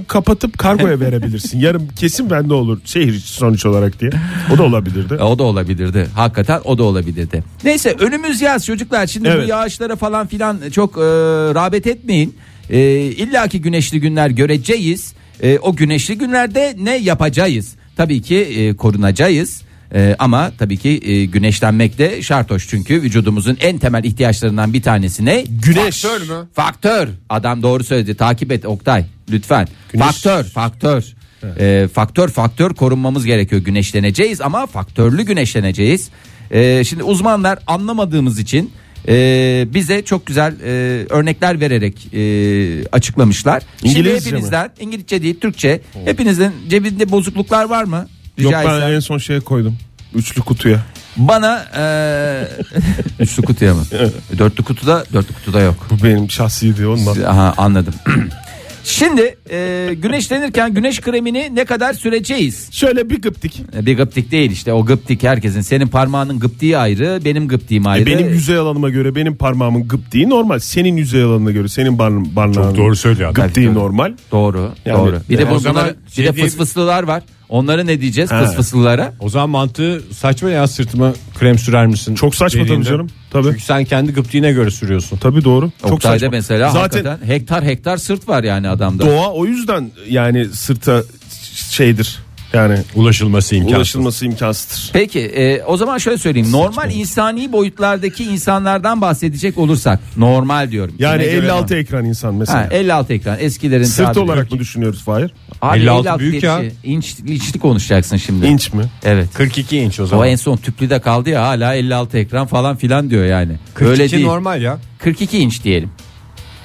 [SPEAKER 4] kapatıp kargoya verebilirsin. Yarın kesin bende olur. Şehir içi sonuç olarak diye. O da olabilirdi.
[SPEAKER 3] E, O da olabilirdi. Hakikaten o da olabilirdi. Neyse önümüz yaz çocuklar. Şimdi
[SPEAKER 4] Evet.
[SPEAKER 3] bu yağışlara falan filan çok e, rağbet etmeyin. E, İlla ki güneşli günler göreceğiz. E, o güneşli günlerde ne yapacağız? Tabii ki e, korunacağız. E, ama tabii ki e, güneşlenmek de şart hoş çünkü vücudumuzun en temel ihtiyaçlarından bir tanesi ne?
[SPEAKER 4] Güneş.
[SPEAKER 1] Faktör mü?
[SPEAKER 3] Faktör. Adam doğru söyledi. Takip et Oktay lütfen.
[SPEAKER 4] Güneş-
[SPEAKER 3] Faktör, faktör. Ee, faktör faktör korunmamız gerekiyor. Güneşleneceğiz ama faktörlü güneşleneceğiz. Ee, şimdi uzmanlar anlamadığımız için e, bize çok güzel e, örnekler vererek e, açıklamışlar.
[SPEAKER 4] İngilizce
[SPEAKER 3] şimdi hepinizden İngilizce değil Türkçe. Hepinizin cebinde bozukluklar var mı?
[SPEAKER 4] Yok
[SPEAKER 3] Rica
[SPEAKER 4] ben
[SPEAKER 3] etsem.
[SPEAKER 4] en son şeye koydum. Üçlü kutuya.
[SPEAKER 3] Bana e, üçlü kutuya mı? dörtlü kutuda dörtlü kutuda yok.
[SPEAKER 4] Bu benim şahsiydi ondan.
[SPEAKER 3] Aha, anladım. Şimdi e, güneşlenirken güneş kremini ne kadar süreceğiz?
[SPEAKER 4] Şöyle bir gıptik.
[SPEAKER 3] E, Bir gıptik değil işte o gıptik herkesin. Senin parmağının gıptiği ayrı benim gıptiğim ayrı.
[SPEAKER 4] E benim yüzey alanıma göre benim parmağımın gıptiği normal. Senin yüzey alanına göre senin barn barnağın
[SPEAKER 1] Çok doğru söylüyor adam.
[SPEAKER 4] gıptiği
[SPEAKER 3] Tabii, tabii.
[SPEAKER 4] normal.
[SPEAKER 3] Doğru
[SPEAKER 4] Yani-
[SPEAKER 3] doğru. Bir de
[SPEAKER 1] E, o
[SPEAKER 3] bu-
[SPEAKER 1] zaman
[SPEAKER 3] bunlara-
[SPEAKER 1] şey
[SPEAKER 3] bir de
[SPEAKER 1] diye-
[SPEAKER 3] fısfıslılar var. Onlara ne diyeceğiz
[SPEAKER 4] Ha.
[SPEAKER 3] fısfıslılara?
[SPEAKER 1] O zaman mantığı saçma ya sırtıma krem sürer misin?
[SPEAKER 4] Çok saçma tabii
[SPEAKER 1] dediğinde.
[SPEAKER 4] canım. Tabii.
[SPEAKER 1] Çünkü sen kendi gıptiğine göre sürüyorsun.
[SPEAKER 4] Tabii doğru. Çok
[SPEAKER 3] Oktay'da
[SPEAKER 4] saçma.
[SPEAKER 3] mesela
[SPEAKER 4] Zaten
[SPEAKER 3] hakikaten hektar hektar sırt var yani adamda.
[SPEAKER 4] doğa o yüzden yani sırta şeydir. Yani
[SPEAKER 1] Ulaşılması imkansız.
[SPEAKER 4] ulaşılması imkansızdır.
[SPEAKER 3] Peki e, o zaman şöyle söyleyeyim. Normal insani boyutlardaki insanlardan bahsedecek olursak normal diyorum.
[SPEAKER 4] Yani
[SPEAKER 3] Kime göre
[SPEAKER 4] 56
[SPEAKER 3] normal?
[SPEAKER 4] ekran insan mesela.
[SPEAKER 3] Ha, 56 ekran eskilerin
[SPEAKER 4] Sırt
[SPEAKER 3] tabiri.
[SPEAKER 4] olarak mı düşünüyoruz Fahir?
[SPEAKER 3] Abi
[SPEAKER 1] 56
[SPEAKER 3] 56
[SPEAKER 1] büyük
[SPEAKER 3] inç,
[SPEAKER 1] ya.
[SPEAKER 3] inç- inçli konuşacaksın şimdi.
[SPEAKER 4] İnç mi?
[SPEAKER 3] Evet.
[SPEAKER 1] 42 inç o
[SPEAKER 3] O
[SPEAKER 1] zaman.
[SPEAKER 3] en son tüplüde kaldı ya hala 56 ekran falan filan diyor yani.
[SPEAKER 1] 42
[SPEAKER 3] Öyle değil.
[SPEAKER 1] normal ya.
[SPEAKER 3] 42 inç diyelim.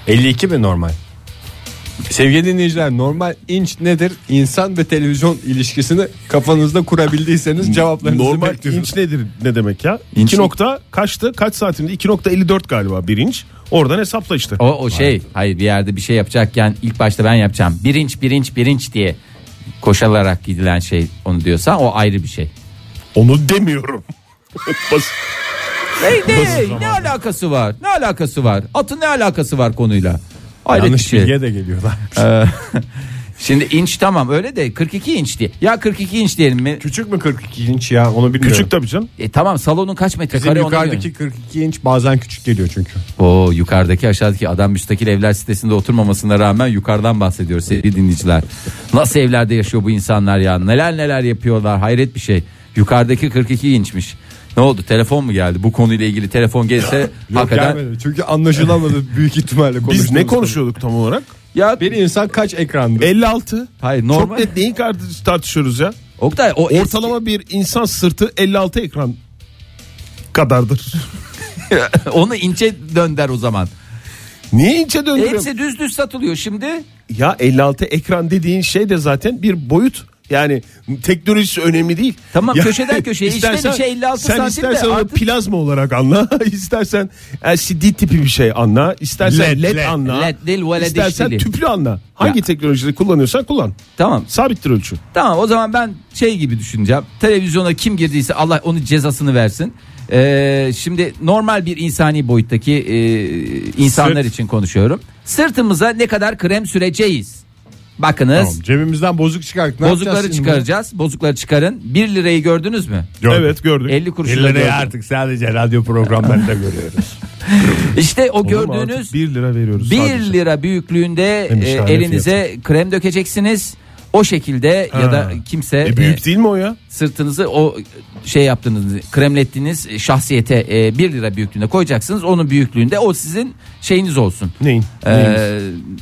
[SPEAKER 1] 52 mi normal? Sevgili dinleyiciler normal inç nedir? İnsan ve televizyon ilişkisini kafanızda kurabildiyseniz cevaplarınızı
[SPEAKER 4] Normal
[SPEAKER 1] bekliyoruz.
[SPEAKER 4] inç nedir ne demek ya?
[SPEAKER 3] İnç-
[SPEAKER 4] 2 nokta kaçtı? Kaç santimdi? 2.54 galiba bir inç. Oradan hesapla işte.
[SPEAKER 3] O, o şey hayır bir yerde bir şey yapacakken ilk başta ben yapacağım. Bir inç bir inç bir inç diye koşularak gidilen şey onu diyorsa o ayrı bir şey.
[SPEAKER 4] Onu demiyorum. Bas-
[SPEAKER 3] Ne, ne, ne alakası var? Ne alakası var? Atın ne alakası var konuyla? Hayret bir
[SPEAKER 1] Yanlış
[SPEAKER 3] şey.
[SPEAKER 1] bilgiye de geliyorlar.
[SPEAKER 3] Şimdi inç tamam öyle de 42 inç diye. Ya 42 inç diyelim mi?
[SPEAKER 1] Küçük mü 42 inç ya onu bilmiyorum. E,
[SPEAKER 4] Küçük tabii canım.
[SPEAKER 3] E tamam salonun kaç
[SPEAKER 1] Bizim
[SPEAKER 3] metrekare ona göre.
[SPEAKER 1] yukarıdaki 42 inç bazen küçük geliyor çünkü.
[SPEAKER 3] O yukarıdaki aşağıdaki adam müstakil evler sitesinde oturmamasına rağmen yukarıdan bahsediyor sevgili dinleyiciler. Nasıl evlerde yaşıyor bu insanlar ya? Neler neler yapıyorlar hayret bir şey. Yukarıdaki 42 inçmiş. Ne oldu telefon mu geldi? Bu konuyla ilgili telefon gelirse hakikaten.
[SPEAKER 1] Gelmedi. Çünkü anlaşılamadı büyük ihtimalle
[SPEAKER 4] Biz ne
[SPEAKER 1] konuştuğumuz
[SPEAKER 4] konuşuyorduk tam olarak?
[SPEAKER 3] Ya
[SPEAKER 1] Bir insan kaç ekrandır?
[SPEAKER 4] 56.
[SPEAKER 3] hayır
[SPEAKER 4] Çok
[SPEAKER 3] normal.
[SPEAKER 4] net neyi kart- tartışıyoruz ya?
[SPEAKER 3] Oktay o
[SPEAKER 4] Ortalama bir insan sırtı 56 ekran kadardır.
[SPEAKER 3] eski- onu inçe dönder o zaman.
[SPEAKER 4] Niye ince döndürüyorum?
[SPEAKER 3] Hepsi düz düz satılıyor şimdi.
[SPEAKER 4] Ya 56 ekran dediğin şey de zaten bir boyut. Yani teknolojisi önemli değil.
[SPEAKER 3] Tamam,
[SPEAKER 4] Ya,
[SPEAKER 3] köşeden köşeye içten içe 56
[SPEAKER 4] sen
[SPEAKER 3] santim de
[SPEAKER 4] istersen onu
[SPEAKER 3] artık-
[SPEAKER 4] plazma olarak anla. istersen LCD tipi bir şey anla. İstersen
[SPEAKER 1] LED,
[SPEAKER 3] E
[SPEAKER 4] LED,
[SPEAKER 1] LED.
[SPEAKER 4] anla.
[SPEAKER 3] LED değil, vele diş
[SPEAKER 4] istersen
[SPEAKER 3] dili.
[SPEAKER 4] tüplü anla. Hangi
[SPEAKER 3] Ya.
[SPEAKER 4] teknolojiyi kullanıyorsan kullan.
[SPEAKER 3] Tamam
[SPEAKER 4] Sabittir ölçü.
[SPEAKER 3] Tamam o zaman ben şey gibi düşüneceğim. Televizyona kim girdiyse Allah onun cezasını versin. Ee, şimdi normal bir insani boyuttaki e, insanlar için konuşuyorum. Sırtımıza ne kadar krem süreceğiz?
[SPEAKER 1] Tamam,
[SPEAKER 3] Bakınız.
[SPEAKER 1] cebimizden bozuk çıkardık. Ne
[SPEAKER 3] Bozukları
[SPEAKER 1] yapacağız şimdi?
[SPEAKER 3] çıkaracağız. Bozukları çıkarın. 1 lirayı gördünüz mü?
[SPEAKER 1] Gördük.
[SPEAKER 4] Evet gördük.
[SPEAKER 3] 50 kuruş
[SPEAKER 1] Birileri artık sadece radyo programlarında görüyoruz.
[SPEAKER 3] İşte o
[SPEAKER 4] Olur mu?
[SPEAKER 3] gördüğünüz
[SPEAKER 4] Artık 1 lira veriyoruz
[SPEAKER 3] 1
[SPEAKER 4] sadece.
[SPEAKER 3] lira büyüklüğünde
[SPEAKER 4] Hem
[SPEAKER 3] e,
[SPEAKER 4] şahane
[SPEAKER 3] elinize krem dökeceksiniz. O şekilde ya
[SPEAKER 4] Ha.
[SPEAKER 3] da kimse
[SPEAKER 4] E
[SPEAKER 3] e,
[SPEAKER 4] büyük değil mi o ya?
[SPEAKER 3] sırtınızı o şey yaptığınız kremlettiğiniz şahsiyete e, 1 lira büyüklüğünde koyacaksınız. Onun büyüklüğünde o sizin şeyiniz olsun.
[SPEAKER 4] Neyin?
[SPEAKER 3] Ee,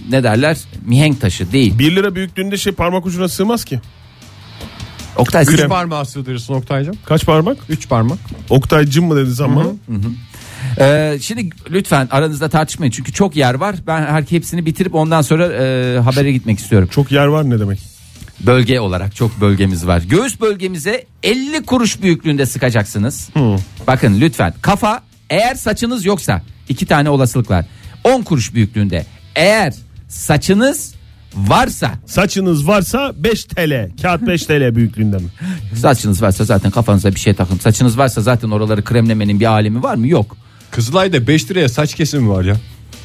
[SPEAKER 3] ne derler? Mihenk taşı değil.
[SPEAKER 4] 1 lira büyüklüğünde şey parmak ucuna sığmaz ki.
[SPEAKER 3] Oktay siz-
[SPEAKER 1] Üç parmağı sığdırırsın Oktay'cım.
[SPEAKER 4] Kaç parmak?
[SPEAKER 1] Üç parmak.
[SPEAKER 4] Oktaycım mı dedin sen bana?
[SPEAKER 3] Ee, şimdi lütfen aranızda tartışmayın çünkü çok yer var. Ben her hepsini bitirip ondan sonra e, habere gitmek istiyorum.
[SPEAKER 4] Çok yer var ne demek?
[SPEAKER 3] Bölge olarak çok bölgemiz var. Göğüs bölgemize 50 kuruş büyüklüğünde sıkacaksınız. Bakın lütfen kafa eğer saçınız yoksa iki tane olasılık var. 10 kuruş büyüklüğünde eğer saçınız varsa
[SPEAKER 4] Saçınız varsa 5 TL. Kağıt 5 TL büyüklüğünde mi?
[SPEAKER 3] Saçınız varsa zaten kafanıza bir şey takın. Saçınız varsa zaten oraları kremlemenin bir alemi var mı? Yok.
[SPEAKER 5] Kızılay'da 5 liraya saç kesimi var ya.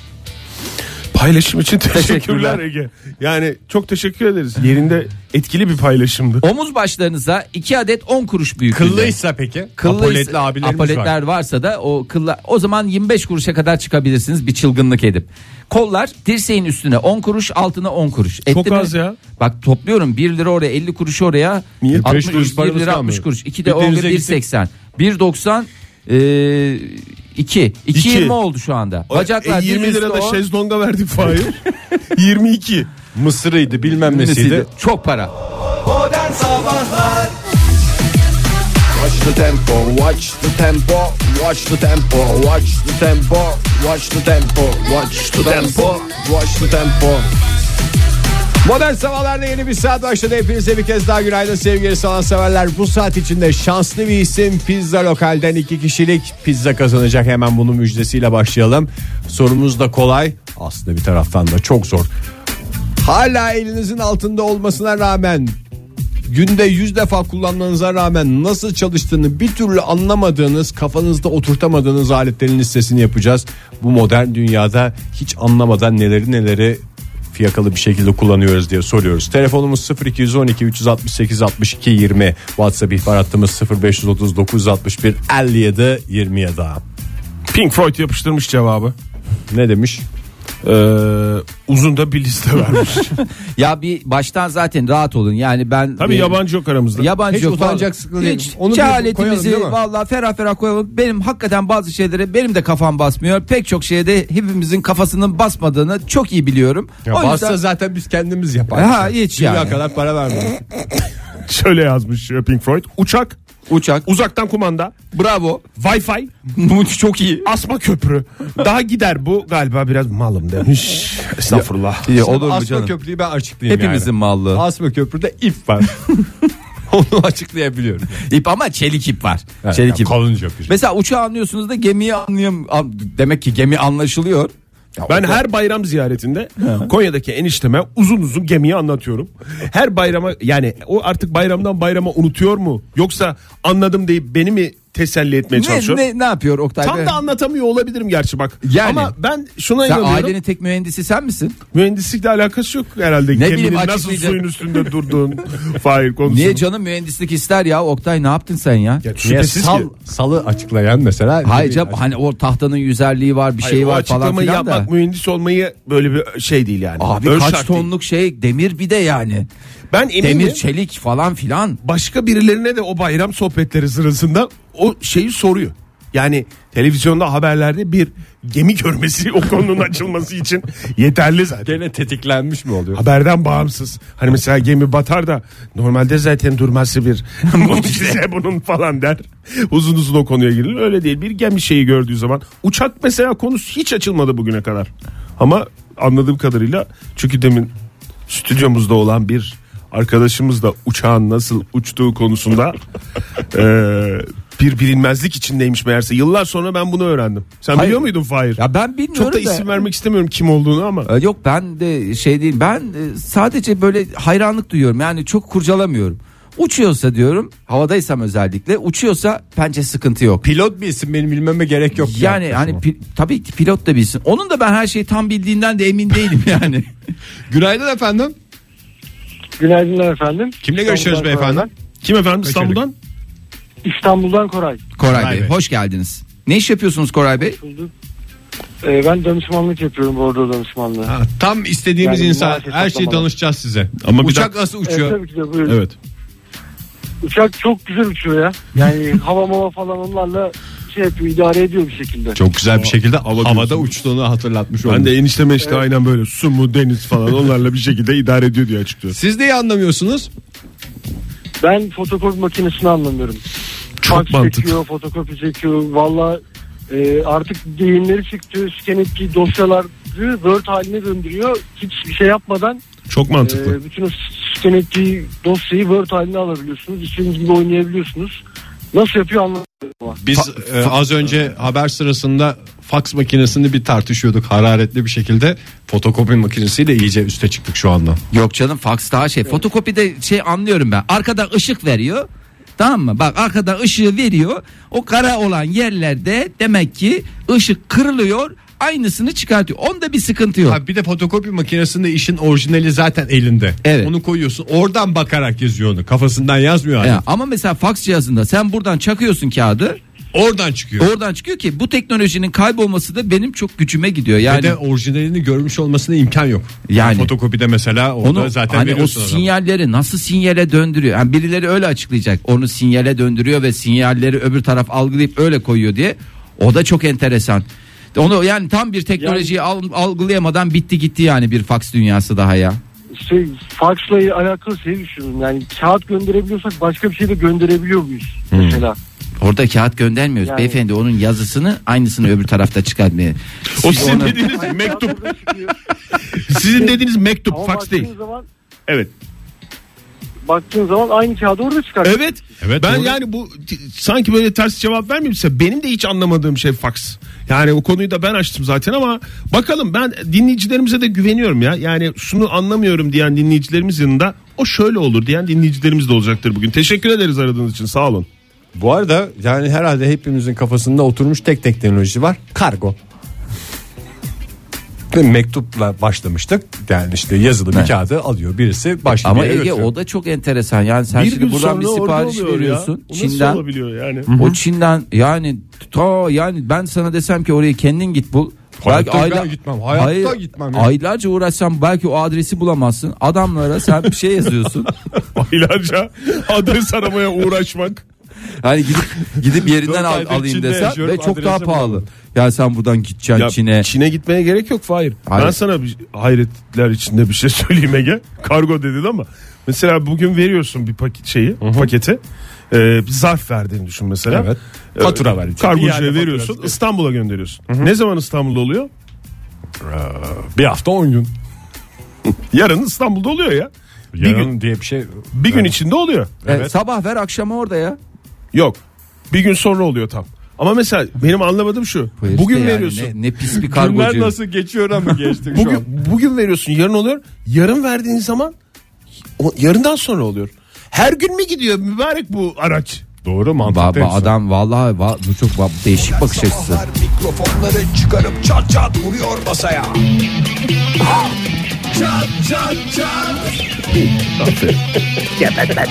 [SPEAKER 4] Paylaşım için teşekkürler
[SPEAKER 3] Teşekkürler.
[SPEAKER 4] Ege. Yani çok teşekkür ederiz. Yerinde etkili bir paylaşımdı.
[SPEAKER 3] Omuz başlarınıza 2 adet 10 kuruş büyüklüğünde.
[SPEAKER 5] Kıllıysa peki?
[SPEAKER 3] Kıllı
[SPEAKER 5] apoletli abilerimiz var.
[SPEAKER 3] apoletler varsa da o kılla o zaman 25 kuruşa kadar çıkabilirsiniz bir çılgınlık edip. Kollar dirseğin üstüne 10 kuruş altına 10 kuruş. Etti
[SPEAKER 4] Çok
[SPEAKER 3] mi?
[SPEAKER 4] az ya.
[SPEAKER 3] Bak topluyorum 1 lira oraya 50 kuruş oraya.
[SPEAKER 4] Niye?
[SPEAKER 3] 60
[SPEAKER 5] Beş kuruş
[SPEAKER 3] bir
[SPEAKER 5] paramız
[SPEAKER 3] lira 60
[SPEAKER 5] kalmıyor.
[SPEAKER 3] kuruş. 2 de
[SPEAKER 5] Bir
[SPEAKER 3] 10
[SPEAKER 5] denize gittik.
[SPEAKER 3] 1.80. 1.90 eee 2. 2.20 oldu şu anda. Bacaklar
[SPEAKER 4] E, 20 lirada
[SPEAKER 3] şez
[SPEAKER 5] şey
[SPEAKER 4] şezlonga verdik Fahir. 22.
[SPEAKER 5] Mısırıydı bilmem nesiydi.
[SPEAKER 3] Çok para.
[SPEAKER 6] Modern Sabahlar
[SPEAKER 7] Watch the tempo, watch the tempo, watch the tempo, watch the tempo, watch the tempo, watch the tempo, watch the tempo.
[SPEAKER 1] Modern Sabahlar'da yeni bir saat başladı. Hepinize bir kez daha günaydın sevgili sanatseverler. Bu saat içinde şanslı bir isim Pizza Lokal'den iki kişilik pizza kazanacak. Hemen bunun müjdesiyle başlayalım. Sorumuz da kolay. Aslında bir taraftan da çok zor. Hala elinizin altında olmasına rağmen günde 100 defa kullanmanıza rağmen nasıl çalıştığını bir türlü anlamadığınız, kafanızda oturtamadığınız aletlerin listesini yapacağız. Bu modern dünyada hiç anlamadan neleri neleri fiyakalı bir şekilde kullanıyoruz diye soruyoruz. Telefonumuz 0212 368 62 20. WhatsApp ihbar hattımız 0530 961 57 27.
[SPEAKER 4] Pink Floyd yapıştırmış cevabı.
[SPEAKER 1] Ne demiş?
[SPEAKER 4] Ee, uzun da bir liste vermiş.
[SPEAKER 3] Ya bir baştan zaten rahat olun. Yani ben
[SPEAKER 4] Tabii
[SPEAKER 3] eee,
[SPEAKER 4] yabancı yok aramızda.
[SPEAKER 3] Yabancı
[SPEAKER 1] Hiç
[SPEAKER 3] yok.
[SPEAKER 1] utanacak
[SPEAKER 3] Vallahi-
[SPEAKER 1] sıkıntı değil.
[SPEAKER 3] Hiç
[SPEAKER 1] Onu koyalım
[SPEAKER 3] cehaletimizi
[SPEAKER 1] değil mi?
[SPEAKER 3] valla ferah ferah koyalım. Benim hakikaten bazı şeylere benim de kafam basmıyor. Pek çok şeyde hepimizin kafasının basmadığını çok iyi biliyorum.
[SPEAKER 1] Ya
[SPEAKER 3] o
[SPEAKER 1] varsa
[SPEAKER 3] yüzden
[SPEAKER 1] zaten biz kendimiz yaparız.
[SPEAKER 3] Ha, hiç
[SPEAKER 1] Dünya
[SPEAKER 3] yani.
[SPEAKER 1] kadar para vermiyor.
[SPEAKER 4] Şöyle yazmış e, Pink Floyd. Uçak,
[SPEAKER 3] uçak.
[SPEAKER 4] uzaktan kumanda,
[SPEAKER 3] Bravo.
[SPEAKER 4] Wi-Fi,
[SPEAKER 3] Bu çok iyi.
[SPEAKER 4] asma köprü. Daha gider bu galiba biraz malım demiş. Estağfurullah.
[SPEAKER 3] İyi
[SPEAKER 1] Şimdi
[SPEAKER 3] olur mu
[SPEAKER 1] Asma
[SPEAKER 3] canım?
[SPEAKER 1] Köprü'yü ben açıklayayım
[SPEAKER 3] Hepimizin
[SPEAKER 1] yani.
[SPEAKER 3] mallı.
[SPEAKER 1] Asma Köprü'de ip var. Onu açıklayabiliyorum.
[SPEAKER 3] İp ama çelik ip var. çelik ip.
[SPEAKER 1] Kalınca bir.
[SPEAKER 3] Mesela uçağı anlıyorsunuz da gemiyi anlayam. an- Demek ki gemi anlaşılıyor.
[SPEAKER 4] Ben her bayram ziyaretinde Konya'daki enişteme uzun uzun gemiyi anlatıyorum. Her bayrama yani o artık bayramdan bayrama unutuyor mu? Yoksa anladım deyip beni mi teselli etmeye
[SPEAKER 3] Ne,
[SPEAKER 4] çalışıyor?
[SPEAKER 3] ne, ne yapıyor Oktay
[SPEAKER 4] Tam
[SPEAKER 3] Bey?
[SPEAKER 4] da anlatamıyor olabilirim gerçi bak.
[SPEAKER 3] Yani.
[SPEAKER 4] Ama ben şuna
[SPEAKER 3] Sen
[SPEAKER 4] inanıyorum.
[SPEAKER 3] ailenin tek mühendisi sen misin?
[SPEAKER 4] Mühendislikle alakası yok herhalde. Geminin
[SPEAKER 3] bileyim,
[SPEAKER 4] nasıl
[SPEAKER 3] açıklayacak-
[SPEAKER 4] suyun üstünde durduğun fail konusu.
[SPEAKER 3] Niye canım mühendislik ister ya Oktay ne yaptın sen ya?
[SPEAKER 4] Şüphesiz
[SPEAKER 1] sal,
[SPEAKER 4] ki.
[SPEAKER 1] salı açıklayan mesela.
[SPEAKER 3] Hayır canım hani o tahtanın yüzerliği var bir şey
[SPEAKER 4] o
[SPEAKER 3] var falan
[SPEAKER 4] açıklamayı
[SPEAKER 3] filan da.
[SPEAKER 4] yapmak mühendis olmayı böyle bir şey değil yani.
[SPEAKER 3] Abi
[SPEAKER 4] Ön
[SPEAKER 3] kaç
[SPEAKER 4] şart değil.
[SPEAKER 3] tonluk şey demir bir de yani.
[SPEAKER 4] Ben eminim
[SPEAKER 3] Demir çelik falan filan.
[SPEAKER 4] başka birilerine de o bayram sohbetleri sırasında o şeyi soruyor. Yani televizyonda haberlerde bir gemi görmesi o konunun açılması için yeterli zaten.
[SPEAKER 1] Gene tetiklenmiş mi oluyor?
[SPEAKER 4] Haberden bağımsız. Hani mesela gemi batar da normalde zaten durması bir mucize bunun falan der. Uzun uzun o konuya girilir. Öyle değil. Bir gemi şeyi gördüğü zaman uçak mesela konusu hiç açılmadı bugüne kadar. Ama anladığım kadarıyla çünkü demin stüdyomuzda olan bir arkadaşımız da uçağın nasıl uçtuğu konusunda eee, bir bilinmezlik içindeymiş meğerse. Yıllar sonra ben bunu öğrendim. Sen
[SPEAKER 3] Hayır.
[SPEAKER 4] biliyor muydun Fahir?
[SPEAKER 3] Ya ben bilmiyorum
[SPEAKER 4] Çok da isim vermek istemiyorum kim olduğunu ama.
[SPEAKER 3] Ee, Yok ben de şey değil ben e, sadece böyle hayranlık duyuyorum yani çok kurcalamıyorum. Uçuyorsa diyorum havadaysam özellikle uçuyorsa bence sıkıntı yok.
[SPEAKER 1] Pilot bir isim benim bilmeme gerek yok.
[SPEAKER 3] Yani hani pi- tabii ki pilot da bilsin. Onun da ben her şeyi tam bildiğinden de emin değilim yani.
[SPEAKER 1] Günaydın efendim.
[SPEAKER 8] Günaydınlar efendim.
[SPEAKER 1] Kimle görüşüyoruz
[SPEAKER 8] İstanbul'dan
[SPEAKER 1] beyefendi?
[SPEAKER 4] Kim efendim İstanbul'dan?
[SPEAKER 8] Koray. İstanbul'dan Koray.
[SPEAKER 3] Koray
[SPEAKER 1] Koray
[SPEAKER 3] Bey,
[SPEAKER 1] Bey.
[SPEAKER 3] hoş geldiniz. Ne iş yapıyorsunuz Koray Bey?
[SPEAKER 8] Ee, ben danışmanlık yapıyorum bordo danışmanlığı.
[SPEAKER 1] Ha, tam istediğimiz
[SPEAKER 8] Yani
[SPEAKER 1] insan.
[SPEAKER 8] maalesef
[SPEAKER 1] Her şeyi
[SPEAKER 8] toplamadım.
[SPEAKER 1] danışacağız size.
[SPEAKER 4] Ama bir
[SPEAKER 1] Uçak
[SPEAKER 4] dakika-
[SPEAKER 1] nasıl
[SPEAKER 8] Evet,
[SPEAKER 1] uçuyor?
[SPEAKER 8] tabii ki de buyurun.
[SPEAKER 4] Evet.
[SPEAKER 8] Uçak çok güzel uçuyor ya. Yani hava mava falan onlarla şey yapıyor idare ediyor bir şekilde.
[SPEAKER 1] Çok güzel bir şekilde havada,
[SPEAKER 4] diyorsunuz.
[SPEAKER 1] uçtuğunu hatırlatmış oldum.
[SPEAKER 4] Ben de enişteme işte aynen böyle su mu deniz falan onlarla bir şekilde idare ediyor diye açıklıyor.
[SPEAKER 1] Siz neyi anlamıyorsunuz?
[SPEAKER 8] Ben fotokopi makinesini anlamıyorum.
[SPEAKER 4] Çok
[SPEAKER 8] Fax
[SPEAKER 4] mantıklı.
[SPEAKER 8] çekiyor, fotokopi çekiyor. Valla e, artık deyimleri çıktı. Scan ettiği dosyaları Word haline döndürüyor. Hiçbir şey yapmadan
[SPEAKER 4] Çok mantıklı.
[SPEAKER 8] Ee, bütün o scan ettiği dosyayı Word haline alabiliyorsunuz. İstediğiniz gibi oynayabiliyorsunuz. Nasıl yapıyor anlamadım.
[SPEAKER 1] Biz e, az önce haber sırasında fax makinesini bir tartışıyorduk hararetli bir şekilde. Fotokopi makinesiyle iyice üste çıktık şu anda.
[SPEAKER 3] Yok canım fax daha şey. Fotokopide şey anlıyorum ben. Arkada ışık veriyor. Tamam mı? Bak arkada ışığı veriyor. O kara olan yerlerde demek ki ışık kırılıyor. Aynısını çıkartıyor. Onda bir sıkıntı yok.
[SPEAKER 1] Ha, bir de fotokopi makinesinde işin orijinali zaten elinde.
[SPEAKER 3] Evet.
[SPEAKER 1] Onu koyuyorsun. Oradan bakarak yazıyor onu. Kafasından yazmıyor.
[SPEAKER 3] Ya,
[SPEAKER 1] adam.
[SPEAKER 3] ama mesela fax cihazında sen buradan çakıyorsun kağıdı.
[SPEAKER 1] Oradan çıkıyor.
[SPEAKER 3] Oradan çıkıyor ki bu teknolojinin kaybolması da benim çok gücüme gidiyor.
[SPEAKER 1] Ve
[SPEAKER 3] Yani
[SPEAKER 1] de orijinalini görmüş olmasına imkan yok.
[SPEAKER 3] Yani.
[SPEAKER 1] fotokopide mesela onu
[SPEAKER 3] onu
[SPEAKER 1] zaten
[SPEAKER 3] hani o
[SPEAKER 1] veriyorsun adama.
[SPEAKER 3] sinyalleri nasıl sinyale döndürüyor? Yani birileri öyle açıklayacak. Onu sinyale döndürüyor ve sinyalleri öbür taraf algılayıp öyle koyuyor diye. O da çok enteresan. Onu yani tam bir teknolojiyi al- algılayamadan bitti gitti yani bir fax dünyası daha ya.
[SPEAKER 8] şey, faksla alakalı şey düşünüyorum. Yani kağıt gönderebiliyorsak başka bir şey de gönderebiliyor muyuz? Mesela.
[SPEAKER 3] Orada kağıt göndermiyoruz
[SPEAKER 8] Yani.
[SPEAKER 3] beyefendi onun yazısını aynısını öbür tarafta çıkartmaya.
[SPEAKER 4] O
[SPEAKER 3] Siz
[SPEAKER 4] sizin
[SPEAKER 3] onu-
[SPEAKER 4] dediğiniz mektup.
[SPEAKER 8] Kağıtlardan çıkıyor.
[SPEAKER 4] Sizin dediğiniz mektup
[SPEAKER 8] Ama
[SPEAKER 4] fax değil.
[SPEAKER 8] baktığın Zaman,
[SPEAKER 4] Evet.
[SPEAKER 8] baktığın zaman aynı kağıdı orada çıkar.
[SPEAKER 4] Evet.
[SPEAKER 1] Evet,
[SPEAKER 4] ben
[SPEAKER 1] doğru.
[SPEAKER 4] yani bu t- sanki böyle ters cevap vermeyeyimse benim de hiç anlamadığım şey fax. Yani o konuyu da ben açtım zaten ama bakalım ben dinleyicilerimize de güveniyorum ya. Yani şunu anlamıyorum diyen dinleyicilerimiz yanında o şöyle olur diyen dinleyicilerimiz de olacaktır bugün. Teşekkür ederiz aradığınız için sağ olun.
[SPEAKER 1] Bu arada yani herhalde hepimizin kafasında oturmuş tek teknoloji var. Kargo. Ve mektupla başlamıştık. Yani işte yazılı bir
[SPEAKER 3] Evet.
[SPEAKER 1] kağıdı alıyor birisi başlıyor.
[SPEAKER 3] Ama Ege o da çok enteresan. Yani sen
[SPEAKER 4] Bir
[SPEAKER 3] şimdi
[SPEAKER 4] gün
[SPEAKER 3] buradan
[SPEAKER 4] sonra
[SPEAKER 3] bir
[SPEAKER 4] orada
[SPEAKER 3] sipariş
[SPEAKER 4] oluyor ya.
[SPEAKER 3] veriyorsun.
[SPEAKER 4] O nasıl
[SPEAKER 3] Çin'den.
[SPEAKER 4] olabiliyor yani?
[SPEAKER 3] O Çin'den yani ta yani ben sana desem ki oraya kendin git bul.
[SPEAKER 1] Hayatta ben gitmem, hayatta gitmem ya.
[SPEAKER 3] Aylarca uğraşsam belki o adresi bulamazsın. Adamlara sen bir şey yazıyorsun.
[SPEAKER 4] Aylarca adres aramaya uğraşmak.
[SPEAKER 3] Hani gidip gidip yerinden al-
[SPEAKER 1] aydır
[SPEAKER 3] alayım
[SPEAKER 1] Çin'de
[SPEAKER 3] desen
[SPEAKER 1] yaşıyorum,
[SPEAKER 3] ve çok daha
[SPEAKER 1] adresi
[SPEAKER 3] pahalı. Ya sen buradan gideceksin
[SPEAKER 4] Ya
[SPEAKER 3] Çin'e.
[SPEAKER 4] Çin'e gitmeye gerek yok Fahir.
[SPEAKER 3] Hayır.
[SPEAKER 4] Ben sana bir, hayretler içinde bir şey söyleyeyim Ege. Kargo dedin ama mesela bugün veriyorsun bir paket şeyi, paketi. Ee, bir zarf verdiğini düşün mesela.
[SPEAKER 1] Evet.
[SPEAKER 4] Ee,
[SPEAKER 1] Fatura verecek. Bir yerde
[SPEAKER 4] Kargocuya
[SPEAKER 1] faturası.
[SPEAKER 4] veriyorsun. İstanbul'a gönderiyorsun. Ne zaman İstanbul'da oluyor?
[SPEAKER 1] Ee, bir hafta 10 gün.
[SPEAKER 4] Yarın İstanbul'da oluyor ya.
[SPEAKER 1] Yarın
[SPEAKER 4] Bir gün
[SPEAKER 1] diye bir şey.
[SPEAKER 4] bir gün içinde oluyor.
[SPEAKER 3] E, sabah ver akşama orada ya.
[SPEAKER 4] Yok. Bir gün sonra oluyor tam. Ama mesela benim anlamadığım şu.
[SPEAKER 3] Bu herif
[SPEAKER 4] bugün
[SPEAKER 3] de yani
[SPEAKER 4] veriyorsun.
[SPEAKER 3] Ne, ne pis bir
[SPEAKER 1] Günler
[SPEAKER 3] kargocu.
[SPEAKER 1] nasıl geçiyor ama geçtik şu an.
[SPEAKER 4] Bugün bugün veriyorsun, yarın oluyor. Yarın verdiğin zaman o, yarından sonra oluyor. Her gün mü gidiyor mübarek bu araç?
[SPEAKER 1] Doğru
[SPEAKER 3] Ba-
[SPEAKER 1] mantıklı.
[SPEAKER 3] ba- adam vallahi va- bu çok va- değişik bakış açısı.
[SPEAKER 7] Sabahlar Mikrofonları çıkarıp çat çat vuruyor masaya. Çat çat çat. Çat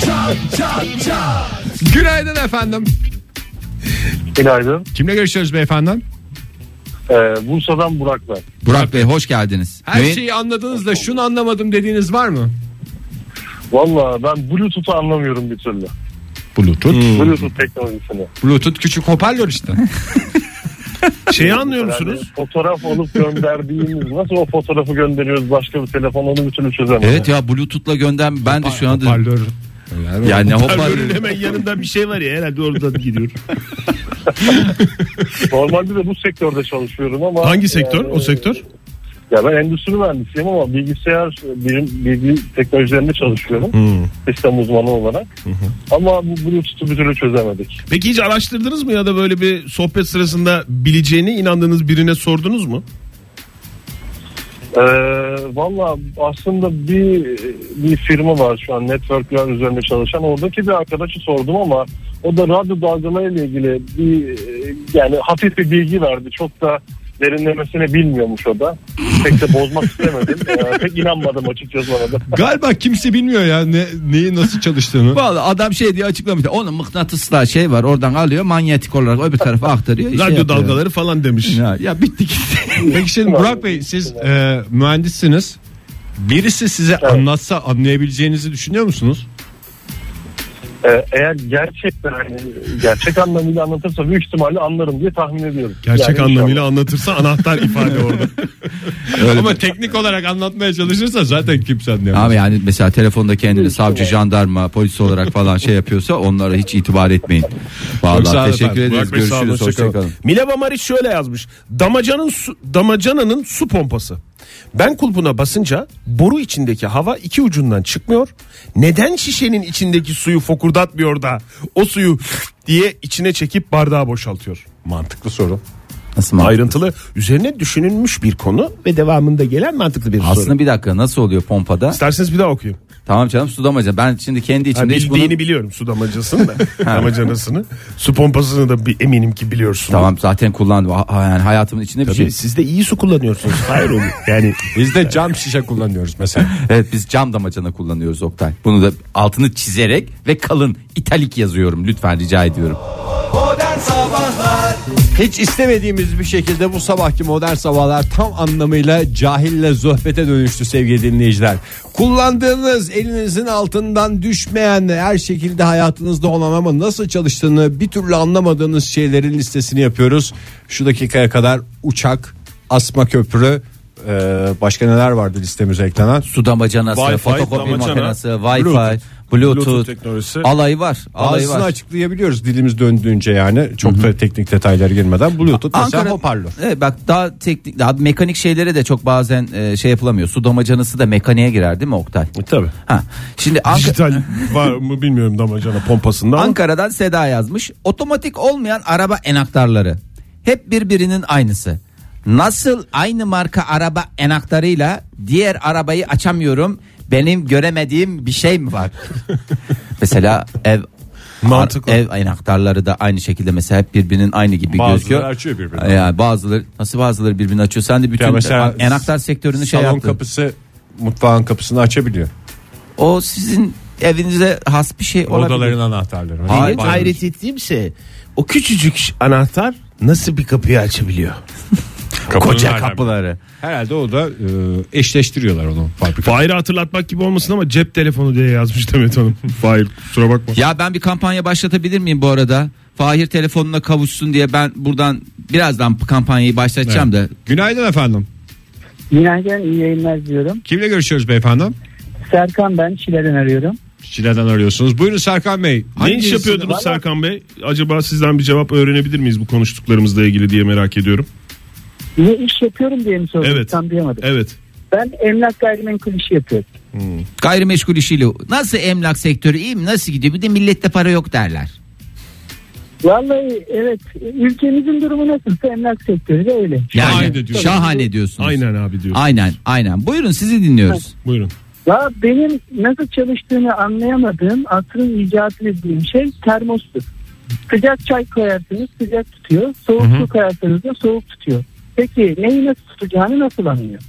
[SPEAKER 7] çat çat.
[SPEAKER 1] Günaydın efendim.
[SPEAKER 8] Günaydın.
[SPEAKER 1] Kimle görüşüyoruz beyefendi?
[SPEAKER 8] Ee, Bursa'dan Burak ben.
[SPEAKER 3] Burak Bey hoş geldiniz.
[SPEAKER 1] Her
[SPEAKER 3] Müe-
[SPEAKER 1] şeyi anladınız da şunu anlamadım dediğiniz var mı?
[SPEAKER 8] Valla ben Bluetooth'u anlamıyorum bir türlü.
[SPEAKER 1] Bluetooth.
[SPEAKER 8] Bluetooth teknolojisini.
[SPEAKER 1] Bluetooth küçük hoparlör işte.
[SPEAKER 4] Şeyi anlıyor
[SPEAKER 8] Yani
[SPEAKER 4] musunuz?
[SPEAKER 8] E, fotoğraf alıp gönderdiğimiz nasıl o fotoğrafı gönderiyoruz başka bir telefon onu bir türlü çözemiyoruz.
[SPEAKER 3] Evet ya Bluetooth'la gönder ben de şu anda
[SPEAKER 1] hoparlör.
[SPEAKER 3] yani hoparlör.
[SPEAKER 4] Kargonun hemen yanında bir şey var ya herhalde oradan gidiyor.
[SPEAKER 8] Normalde de bu sektörde çalışıyorum ama
[SPEAKER 4] Hangi sektör?
[SPEAKER 8] yani-
[SPEAKER 4] O sektör?
[SPEAKER 8] Ya ben endüstri mühendisiyim ama bilgisayar e, bilim bilgi teknolojilerinde çalışıyorum.
[SPEAKER 4] Hmm.
[SPEAKER 8] Sistem uzmanı olarak. Ama bu Bluetooth'u bir türlü çözemedik.
[SPEAKER 4] Peki hiç araştırdınız mı ya da böyle bir sohbet sırasında bileceğine inandığınız birine sordunuz mu?
[SPEAKER 8] Ee, Valla aslında bir bir firma var şu an networkler üzerinde çalışan. Oradaki bir arkadaşı sordum ama o da radyo dalgalarıyla ilgili bir e, yani hafif bir bilgi verdi. Çok da derinlemesine bilmiyormuş o da. Pek de bozmak istemedim. Ee, pek inanmadım açıkçası ona da.
[SPEAKER 1] Galiba kimse bilmiyor ya ne, neyi nasıl çalıştığını.
[SPEAKER 3] Vallahi adam şey diye açıklamış. Onun mıknatısla şey var oradan alıyor manyetik olarak öbür tarafa aktarıyor. şey
[SPEAKER 4] Radyo
[SPEAKER 3] yapıyor.
[SPEAKER 4] dalgaları falan demiş.
[SPEAKER 3] Ya, ya bitti gitti.
[SPEAKER 1] Peki şimdi Burak Bey siz e, mühendissiniz. Birisi size anlatsa anlayabileceğinizi düşünüyor musunuz?
[SPEAKER 8] Ee, eğer gerçekten hani gerçek anlamıyla anlatırsa büyük ihtimalle anlarım diye tahmin ediyorum.
[SPEAKER 4] Gerçek
[SPEAKER 8] Yani
[SPEAKER 4] anlamıyla anlatırsa anahtar ifade orada.
[SPEAKER 1] Ama teknik olarak anlatmaya çalışırsa zaten kimse anlayamaz.
[SPEAKER 3] Abi yani mesela telefonda kendini savcı, jandarma, polis olarak falan şey yapıyorsa onlara hiç itibar etmeyin.
[SPEAKER 1] Çok sağ
[SPEAKER 3] Vallahi
[SPEAKER 1] olun
[SPEAKER 3] teşekkür
[SPEAKER 1] efendim.
[SPEAKER 3] ederiz.
[SPEAKER 1] Burak Bey, sağ olun,
[SPEAKER 3] Görüşürüz.
[SPEAKER 1] hoşça kalın.
[SPEAKER 3] Hoşçakalın.
[SPEAKER 4] Mileva Mariç şöyle yazmış. Damacanın su, damacananın su pompası. Ben kulpuna basınca boru içindeki hava iki ucundan çıkmıyor. Neden şişenin içindeki suyu fokurdatmıyor da o suyu diye içine çekip bardağı boşaltıyor?
[SPEAKER 1] Mantıklı soru.
[SPEAKER 3] Nasıl mı?
[SPEAKER 4] Ayrıntılı üzerine düşünülmüş bir konu ve devamında gelen mantıklı bir soru.
[SPEAKER 3] Aslında bir dakika nasıl oluyor pompada?
[SPEAKER 4] İsterseniz bir daha okuyayım.
[SPEAKER 3] Tamam canım su damacana. Ben şimdi kendi
[SPEAKER 4] Ha,
[SPEAKER 3] içimde hiç bunu...
[SPEAKER 4] bildiğini biliyorum su damacanasını da. damacanasını. Su pompasını da bir, eminim ki biliyorsun.
[SPEAKER 3] Tamam zaten kullandım. Ha- ha- Yani hayatımın içinde bir şey.
[SPEAKER 4] Tabii siz de iyi su kullanıyorsunuz. Hayır oğlum. Yani
[SPEAKER 1] Biz de cam şişe kullanıyoruz mesela.
[SPEAKER 3] Evet biz cam damacana kullanıyoruz Oktay. Bunu da altını çizerek ve kalın italik yazıyorum lütfen rica ediyorum.
[SPEAKER 6] Modern Sabahlar
[SPEAKER 1] Hiç istemediğimiz bir şekilde bu sabahki modern sabahlar tam anlamıyla cahille sohbete dönüştü sevgili dinleyiciler. Kullandığınız elinizin altından düşmeyen her şekilde hayatınızda olan ama nasıl çalıştığını bir türlü anlamadığınız şeylerin listesini yapıyoruz. Şu dakikaya kadar uçak, asma köprü, e, başka neler vardı listemize eklenen?
[SPEAKER 3] Su damacanası,
[SPEAKER 4] Wi-Fi,
[SPEAKER 3] fotokopi
[SPEAKER 4] damacana,
[SPEAKER 3] makinesi, Wi-Fi, Bluetooth,
[SPEAKER 4] Bluetooth, Bluetooth teknolojisi.
[SPEAKER 3] alayı var. Alayı
[SPEAKER 1] Bazısını
[SPEAKER 3] var.
[SPEAKER 1] açıklayabiliyoruz dilimiz döndüğünce yani. Çok da teknik detaylara girmeden. Bluetooth mesela hoparlör.
[SPEAKER 3] Evet bak daha teknik daha mekanik şeylere de çok bazen e, şey yapılamıyor. Su damacanası da mekaniğe girer değil mi Oktay?
[SPEAKER 4] tabii.
[SPEAKER 3] Ha. Şimdi Ankara,
[SPEAKER 4] Dijital var mı bilmiyorum damacana pompasında ama
[SPEAKER 3] Ankara'dan Seda yazmış. Otomatik olmayan araba enaktarları. Hep birbirinin aynısı. Nasıl aynı marka araba enaktarıyla diğer arabayı açamıyorum. Benim göremediğim bir şey mi var? mesela ev
[SPEAKER 4] Mantıklı.
[SPEAKER 3] Ev enaktarları da aynı şekilde mesela hep birbirinin aynı gibi
[SPEAKER 1] Bazıları
[SPEAKER 3] gözüküyor.
[SPEAKER 1] açıyor birbirini.
[SPEAKER 3] Yani bazıları nasıl bazıları birbirini açıyor. Sen de bütün
[SPEAKER 1] Ya mesela
[SPEAKER 3] enaktar sektörünü şey
[SPEAKER 1] Salon
[SPEAKER 3] yaptın.
[SPEAKER 1] kapısı mutfağın kapısını açabiliyor.
[SPEAKER 3] O sizin evinize has bir şey olabilir.
[SPEAKER 1] Odaların anahtarları.
[SPEAKER 3] Hayır,
[SPEAKER 4] Benim hayret ettiğim şey o küçücük anahtar nasıl bir kapıyı açabiliyor?
[SPEAKER 3] Koca kapıları.
[SPEAKER 1] Herhalde o da e, eşleştiriyorlar onu fabrika.
[SPEAKER 4] Fahir'i hatırlatmak gibi olmasın ama cep telefonu diye yazmış Demet Hanım. Fahir kusura bakma.
[SPEAKER 3] Ya ben bir kampanya başlatabilir miyim bu arada? Fahir telefonuna kavuşsun diye ben buradan birazdan kampanyayı başlatacağım da.
[SPEAKER 1] Günaydın efendim.
[SPEAKER 9] Günaydın, iyi yayınlar diyorum.
[SPEAKER 1] Kimle görüşüyoruz beyefendi?
[SPEAKER 9] Serkan ben Şile'den arıyorum.
[SPEAKER 1] Şile'den arıyorsunuz. Buyurun Serkan Bey.
[SPEAKER 4] Ne iş
[SPEAKER 1] Hangisi-
[SPEAKER 4] yapıyordunuz
[SPEAKER 9] Valla-
[SPEAKER 4] Serkan Bey? Acaba sizden bir cevap öğrenebilir miyiz bu konuştuklarımızla ilgili diye merak ediyorum.
[SPEAKER 9] Ne iş yapıyorum diye mi sordun?
[SPEAKER 4] Evet.
[SPEAKER 9] Tam duyamadım.
[SPEAKER 4] Evet.
[SPEAKER 9] Ben emlak gayrimenkul işi yapıyorum.
[SPEAKER 3] Gayrimeşgul işiyle nasıl emlak sektörü iyi mi nasıl gidiyor bir de millette para yok derler.
[SPEAKER 9] Vallahi evet ülkemizin durumu nasılsa emlak sektörü de öyle.
[SPEAKER 3] Yani
[SPEAKER 4] Şahane
[SPEAKER 3] şahane,
[SPEAKER 4] diyorsunuz.
[SPEAKER 3] diyorsunuz.
[SPEAKER 4] Aynen abi diyor.
[SPEAKER 3] Aynen aynen. Buyurun sizi dinliyoruz.
[SPEAKER 4] Buyurun.
[SPEAKER 9] Ya benim nasıl çalıştığını anlayamadığım asrın icat ettiğim şey termostur. Sıcak çay koyarsanız sıcak tutuyor. Soğuk su koyarsanız da soğuk tutuyor. Peki neyi nasıl tutacağını nasıl anlıyor?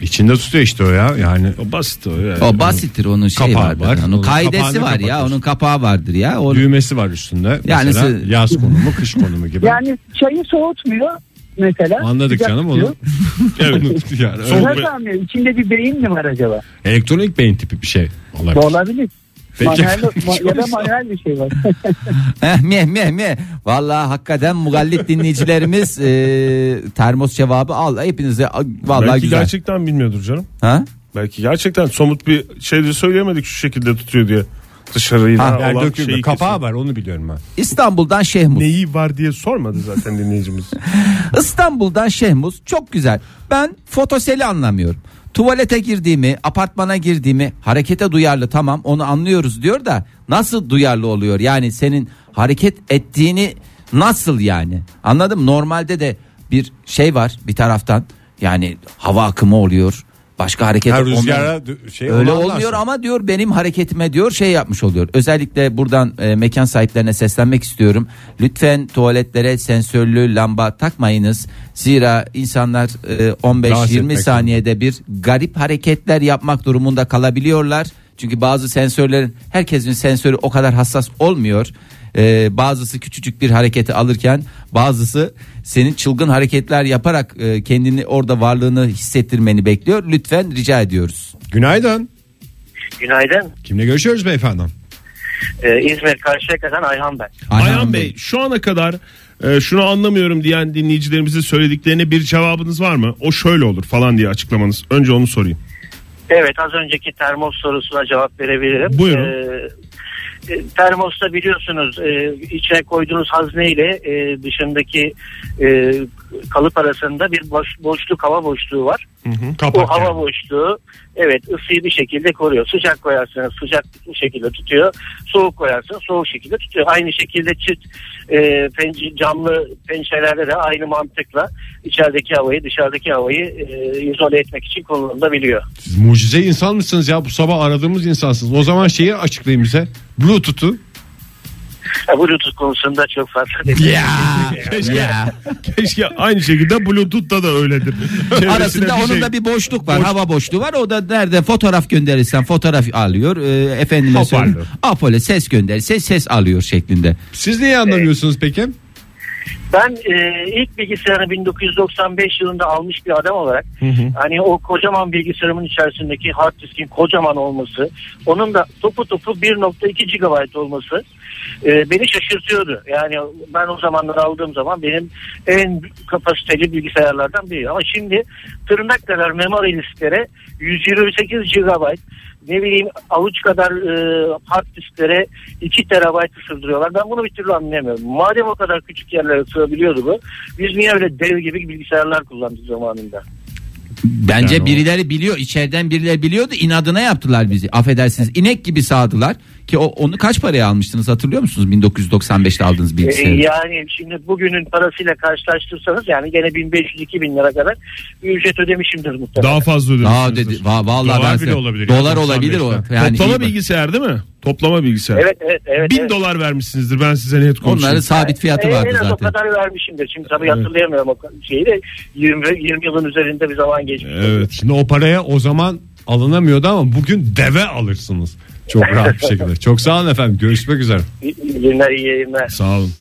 [SPEAKER 1] İçinde tutuyor işte o ya. Yani
[SPEAKER 4] O basit o. Yani.
[SPEAKER 3] O basittir onun şeyi
[SPEAKER 1] Kapağı
[SPEAKER 3] vardır.
[SPEAKER 1] var.
[SPEAKER 3] Onun
[SPEAKER 1] Onun
[SPEAKER 3] kaidesi
[SPEAKER 1] kapağını
[SPEAKER 3] var ya
[SPEAKER 1] kapatıyorsun.
[SPEAKER 3] onun kapağı vardır ya. O
[SPEAKER 1] düğmesi var üstünde.
[SPEAKER 3] Yani
[SPEAKER 1] Mesela
[SPEAKER 3] siz-
[SPEAKER 1] yaz konumu, kış konumu gibi.
[SPEAKER 9] Yani çayı soğutmuyor mesela.
[SPEAKER 1] Anladık
[SPEAKER 9] sıcak
[SPEAKER 1] canım
[SPEAKER 9] tutuyor.
[SPEAKER 1] onu. evet. Yani öyle.
[SPEAKER 4] Soğuk
[SPEAKER 9] Nasıl
[SPEAKER 4] be-
[SPEAKER 9] anlıyor? İçinde bir beyin mi var acaba?
[SPEAKER 1] Elektronik beyin tipi bir şey. Olabilir.
[SPEAKER 9] Olabilir. Manuel, ma- ya da manuel bir şey var.
[SPEAKER 3] Eh, meh meh meh. Vallahi hakikaten mugallit dinleyicilerimiz e, termos cevabı al. Hepinize a- vallahi
[SPEAKER 4] Belki
[SPEAKER 3] güzel.
[SPEAKER 4] gerçekten bilmiyordur canım.
[SPEAKER 3] Ha?
[SPEAKER 4] Belki gerçekten somut bir şey de söyleyemedik şu şekilde tutuyor diye. Dışarıyla
[SPEAKER 3] Ha,
[SPEAKER 1] Yani
[SPEAKER 4] olan
[SPEAKER 1] dökülmüyor.
[SPEAKER 4] şeyi
[SPEAKER 1] Kapağı
[SPEAKER 4] kesin.
[SPEAKER 1] var onu biliyorum ben.
[SPEAKER 3] İstanbul'dan Şehmuz.
[SPEAKER 4] Neyi var diye sormadı zaten dinleyicimiz.
[SPEAKER 3] İstanbul'dan Şehmuz çok güzel. Ben fotoseli anlamıyorum. Tuvalete girdiğimi, apartmana girdiğimi, harekete duyarlı tamam onu anlıyoruz diyor da nasıl duyarlı oluyor? Yani senin hareket ettiğini nasıl yani? Anladım normalde de bir şey var bir taraftan. Yani hava akımı oluyor. Başka hareket
[SPEAKER 1] Her
[SPEAKER 3] olmayan-
[SPEAKER 1] rüzgara dü- şey
[SPEAKER 3] Öyle
[SPEAKER 1] onu
[SPEAKER 3] olmuyor
[SPEAKER 1] anlarsın.
[SPEAKER 3] ama diyor benim hareketime diyor şey yapmış oluyor. Özellikle buradan e, mekan sahiplerine seslenmek istiyorum. Lütfen tuvaletlere sensörlü lamba takmayınız. Zira insanlar e,
[SPEAKER 1] Rahatsız
[SPEAKER 3] 15-20
[SPEAKER 1] etmek
[SPEAKER 3] saniyede bir garip hareketler yapmak durumunda kalabiliyorlar. Çünkü bazı sensörlerin herkesin sensörü o kadar hassas olmuyor. E, bazısı küçücük bir hareketi alırken bazısı senin çılgın hareketler yaparak e, kendini orada varlığını hissettirmeni bekliyor. Lütfen rica ediyoruz.
[SPEAKER 1] Günaydın.
[SPEAKER 8] Günaydın.
[SPEAKER 1] Kimle görüşüyoruz beyefendi?
[SPEAKER 8] Ee, İzmir Karşıyaka'dan Ayhan ben.
[SPEAKER 4] Ayhan Bey şu ana kadar e, şunu anlamıyorum diyen dinleyicilerimize söylediklerine bir cevabınız var mı? O şöyle olur falan diye açıklamanız. Önce onu sorayım.
[SPEAKER 8] Evet az önceki termos sorusuna cevap verebilirim.
[SPEAKER 4] Buyurun.
[SPEAKER 8] Ee, e, termosta biliyorsunuz e, içine koyduğunuz hazneyle e, dışındaki e, kalıp arasında bir boş, boşluk hava boşluğu var.
[SPEAKER 10] Kapak
[SPEAKER 8] o hava
[SPEAKER 10] yani.
[SPEAKER 8] boşluğu evet ısıyı bir şekilde koruyor. Sıcak koyarsanız sıcak bir şekilde tutuyor. Soğuk koyarsanız soğuk şekilde tutuyor. Aynı şekilde çift e, penc- camlı pencerelerde de aynı mantıkla içerideki havayı dışarıdaki havayı e, izole etmek için kullanılabiliyor.
[SPEAKER 10] Siz mucize insan mısınız ya? Bu sabah aradığımız insansınız. O zaman şeyi açıklayın bize. Bluetooth'u
[SPEAKER 8] Ya, Bluetooth konusunda çok fazla
[SPEAKER 10] keşke, keşke aynı şekilde Bluetooth'ta da öyledir. Çevresine
[SPEAKER 3] Arasında
[SPEAKER 10] bir
[SPEAKER 3] onun
[SPEAKER 10] şey-
[SPEAKER 3] da bir boşluk var. Hava boşluğu var. O da nerede fotoğraf gönderirsen fotoğraf alıyor. Ee, efendime
[SPEAKER 10] Hoparlör.
[SPEAKER 3] söyleyeyim. Apollo ses gönderirse ses alıyor şeklinde.
[SPEAKER 10] Siz niye anlamıyorsunuz peki?
[SPEAKER 8] Ben e, ilk bilgisayarı 1995 yılında almış bir adam olarak hani o kocaman bilgisayarımın içerisindeki hard diskin kocaman olması onun da topu topu 1.2 GB olması e, beni şaşırtıyordu. Yani ben o zamanlar aldığım zaman benim en kapasiteli bilgisayarlardan biri. Ama şimdi tırnak kadar memory disklere 128 GB ne bileyim avuç kadar e, hard disklere 2 terabayt sığdırıyorlar. Ben bunu bir türlü anlayamıyorum. Madem o kadar küçük yerlere sığabiliyordu bu. Biz niye öyle dev gibi bilgisayarlar kullandık zamanında?
[SPEAKER 3] Bence birileri biliyor. içeriden birileri biliyordu. inadına yaptılar bizi. Affedersiniz. inek gibi sağdılar. Ki o, onu kaç paraya almıştınız hatırlıyor musunuz? 1995'te aldığınız
[SPEAKER 8] E,
[SPEAKER 3] bilgisayarı.
[SPEAKER 8] yani şimdi bugünün parasıyla karşılaştırsanız yani gene 1500-2000 lira kadar bir ücret ödemişimdir muhtemelen.
[SPEAKER 10] Daha fazla
[SPEAKER 3] Daha
[SPEAKER 10] ödemişsinizdir.
[SPEAKER 3] dedi, va- vallahi
[SPEAKER 10] Dolar
[SPEAKER 3] ben
[SPEAKER 10] bile
[SPEAKER 3] size-
[SPEAKER 10] olabilir.
[SPEAKER 3] Dolar
[SPEAKER 10] Yani
[SPEAKER 3] olabilir o.
[SPEAKER 10] 95'ten.
[SPEAKER 3] Yani iyi
[SPEAKER 10] Toplama
[SPEAKER 3] bak-
[SPEAKER 10] bilgisayar değil mi? Toplama bilgisayar.
[SPEAKER 8] Evet evet evet.
[SPEAKER 10] Bin
[SPEAKER 8] evet.
[SPEAKER 10] dolar vermişsinizdir ben size net konuşayım.
[SPEAKER 3] Onların sabit fiyatı
[SPEAKER 8] E,
[SPEAKER 3] vardı
[SPEAKER 8] en az o
[SPEAKER 3] zaten.
[SPEAKER 8] kadar vermişimdir. Şimdi tabii hatırlayamıyorum o şeyi de 20, 20 yılın üzerinde bir zaman geçmiş.
[SPEAKER 10] Evet.
[SPEAKER 1] Şimdi o paraya o zaman alınamıyordu ama bugün deve alırsınız. Çok rahat bir şekilde. Çok sağ olun efendim. Görüşmek üzere.
[SPEAKER 8] İyi- iyi Günler iyi yayınlar.
[SPEAKER 10] Sağ olun.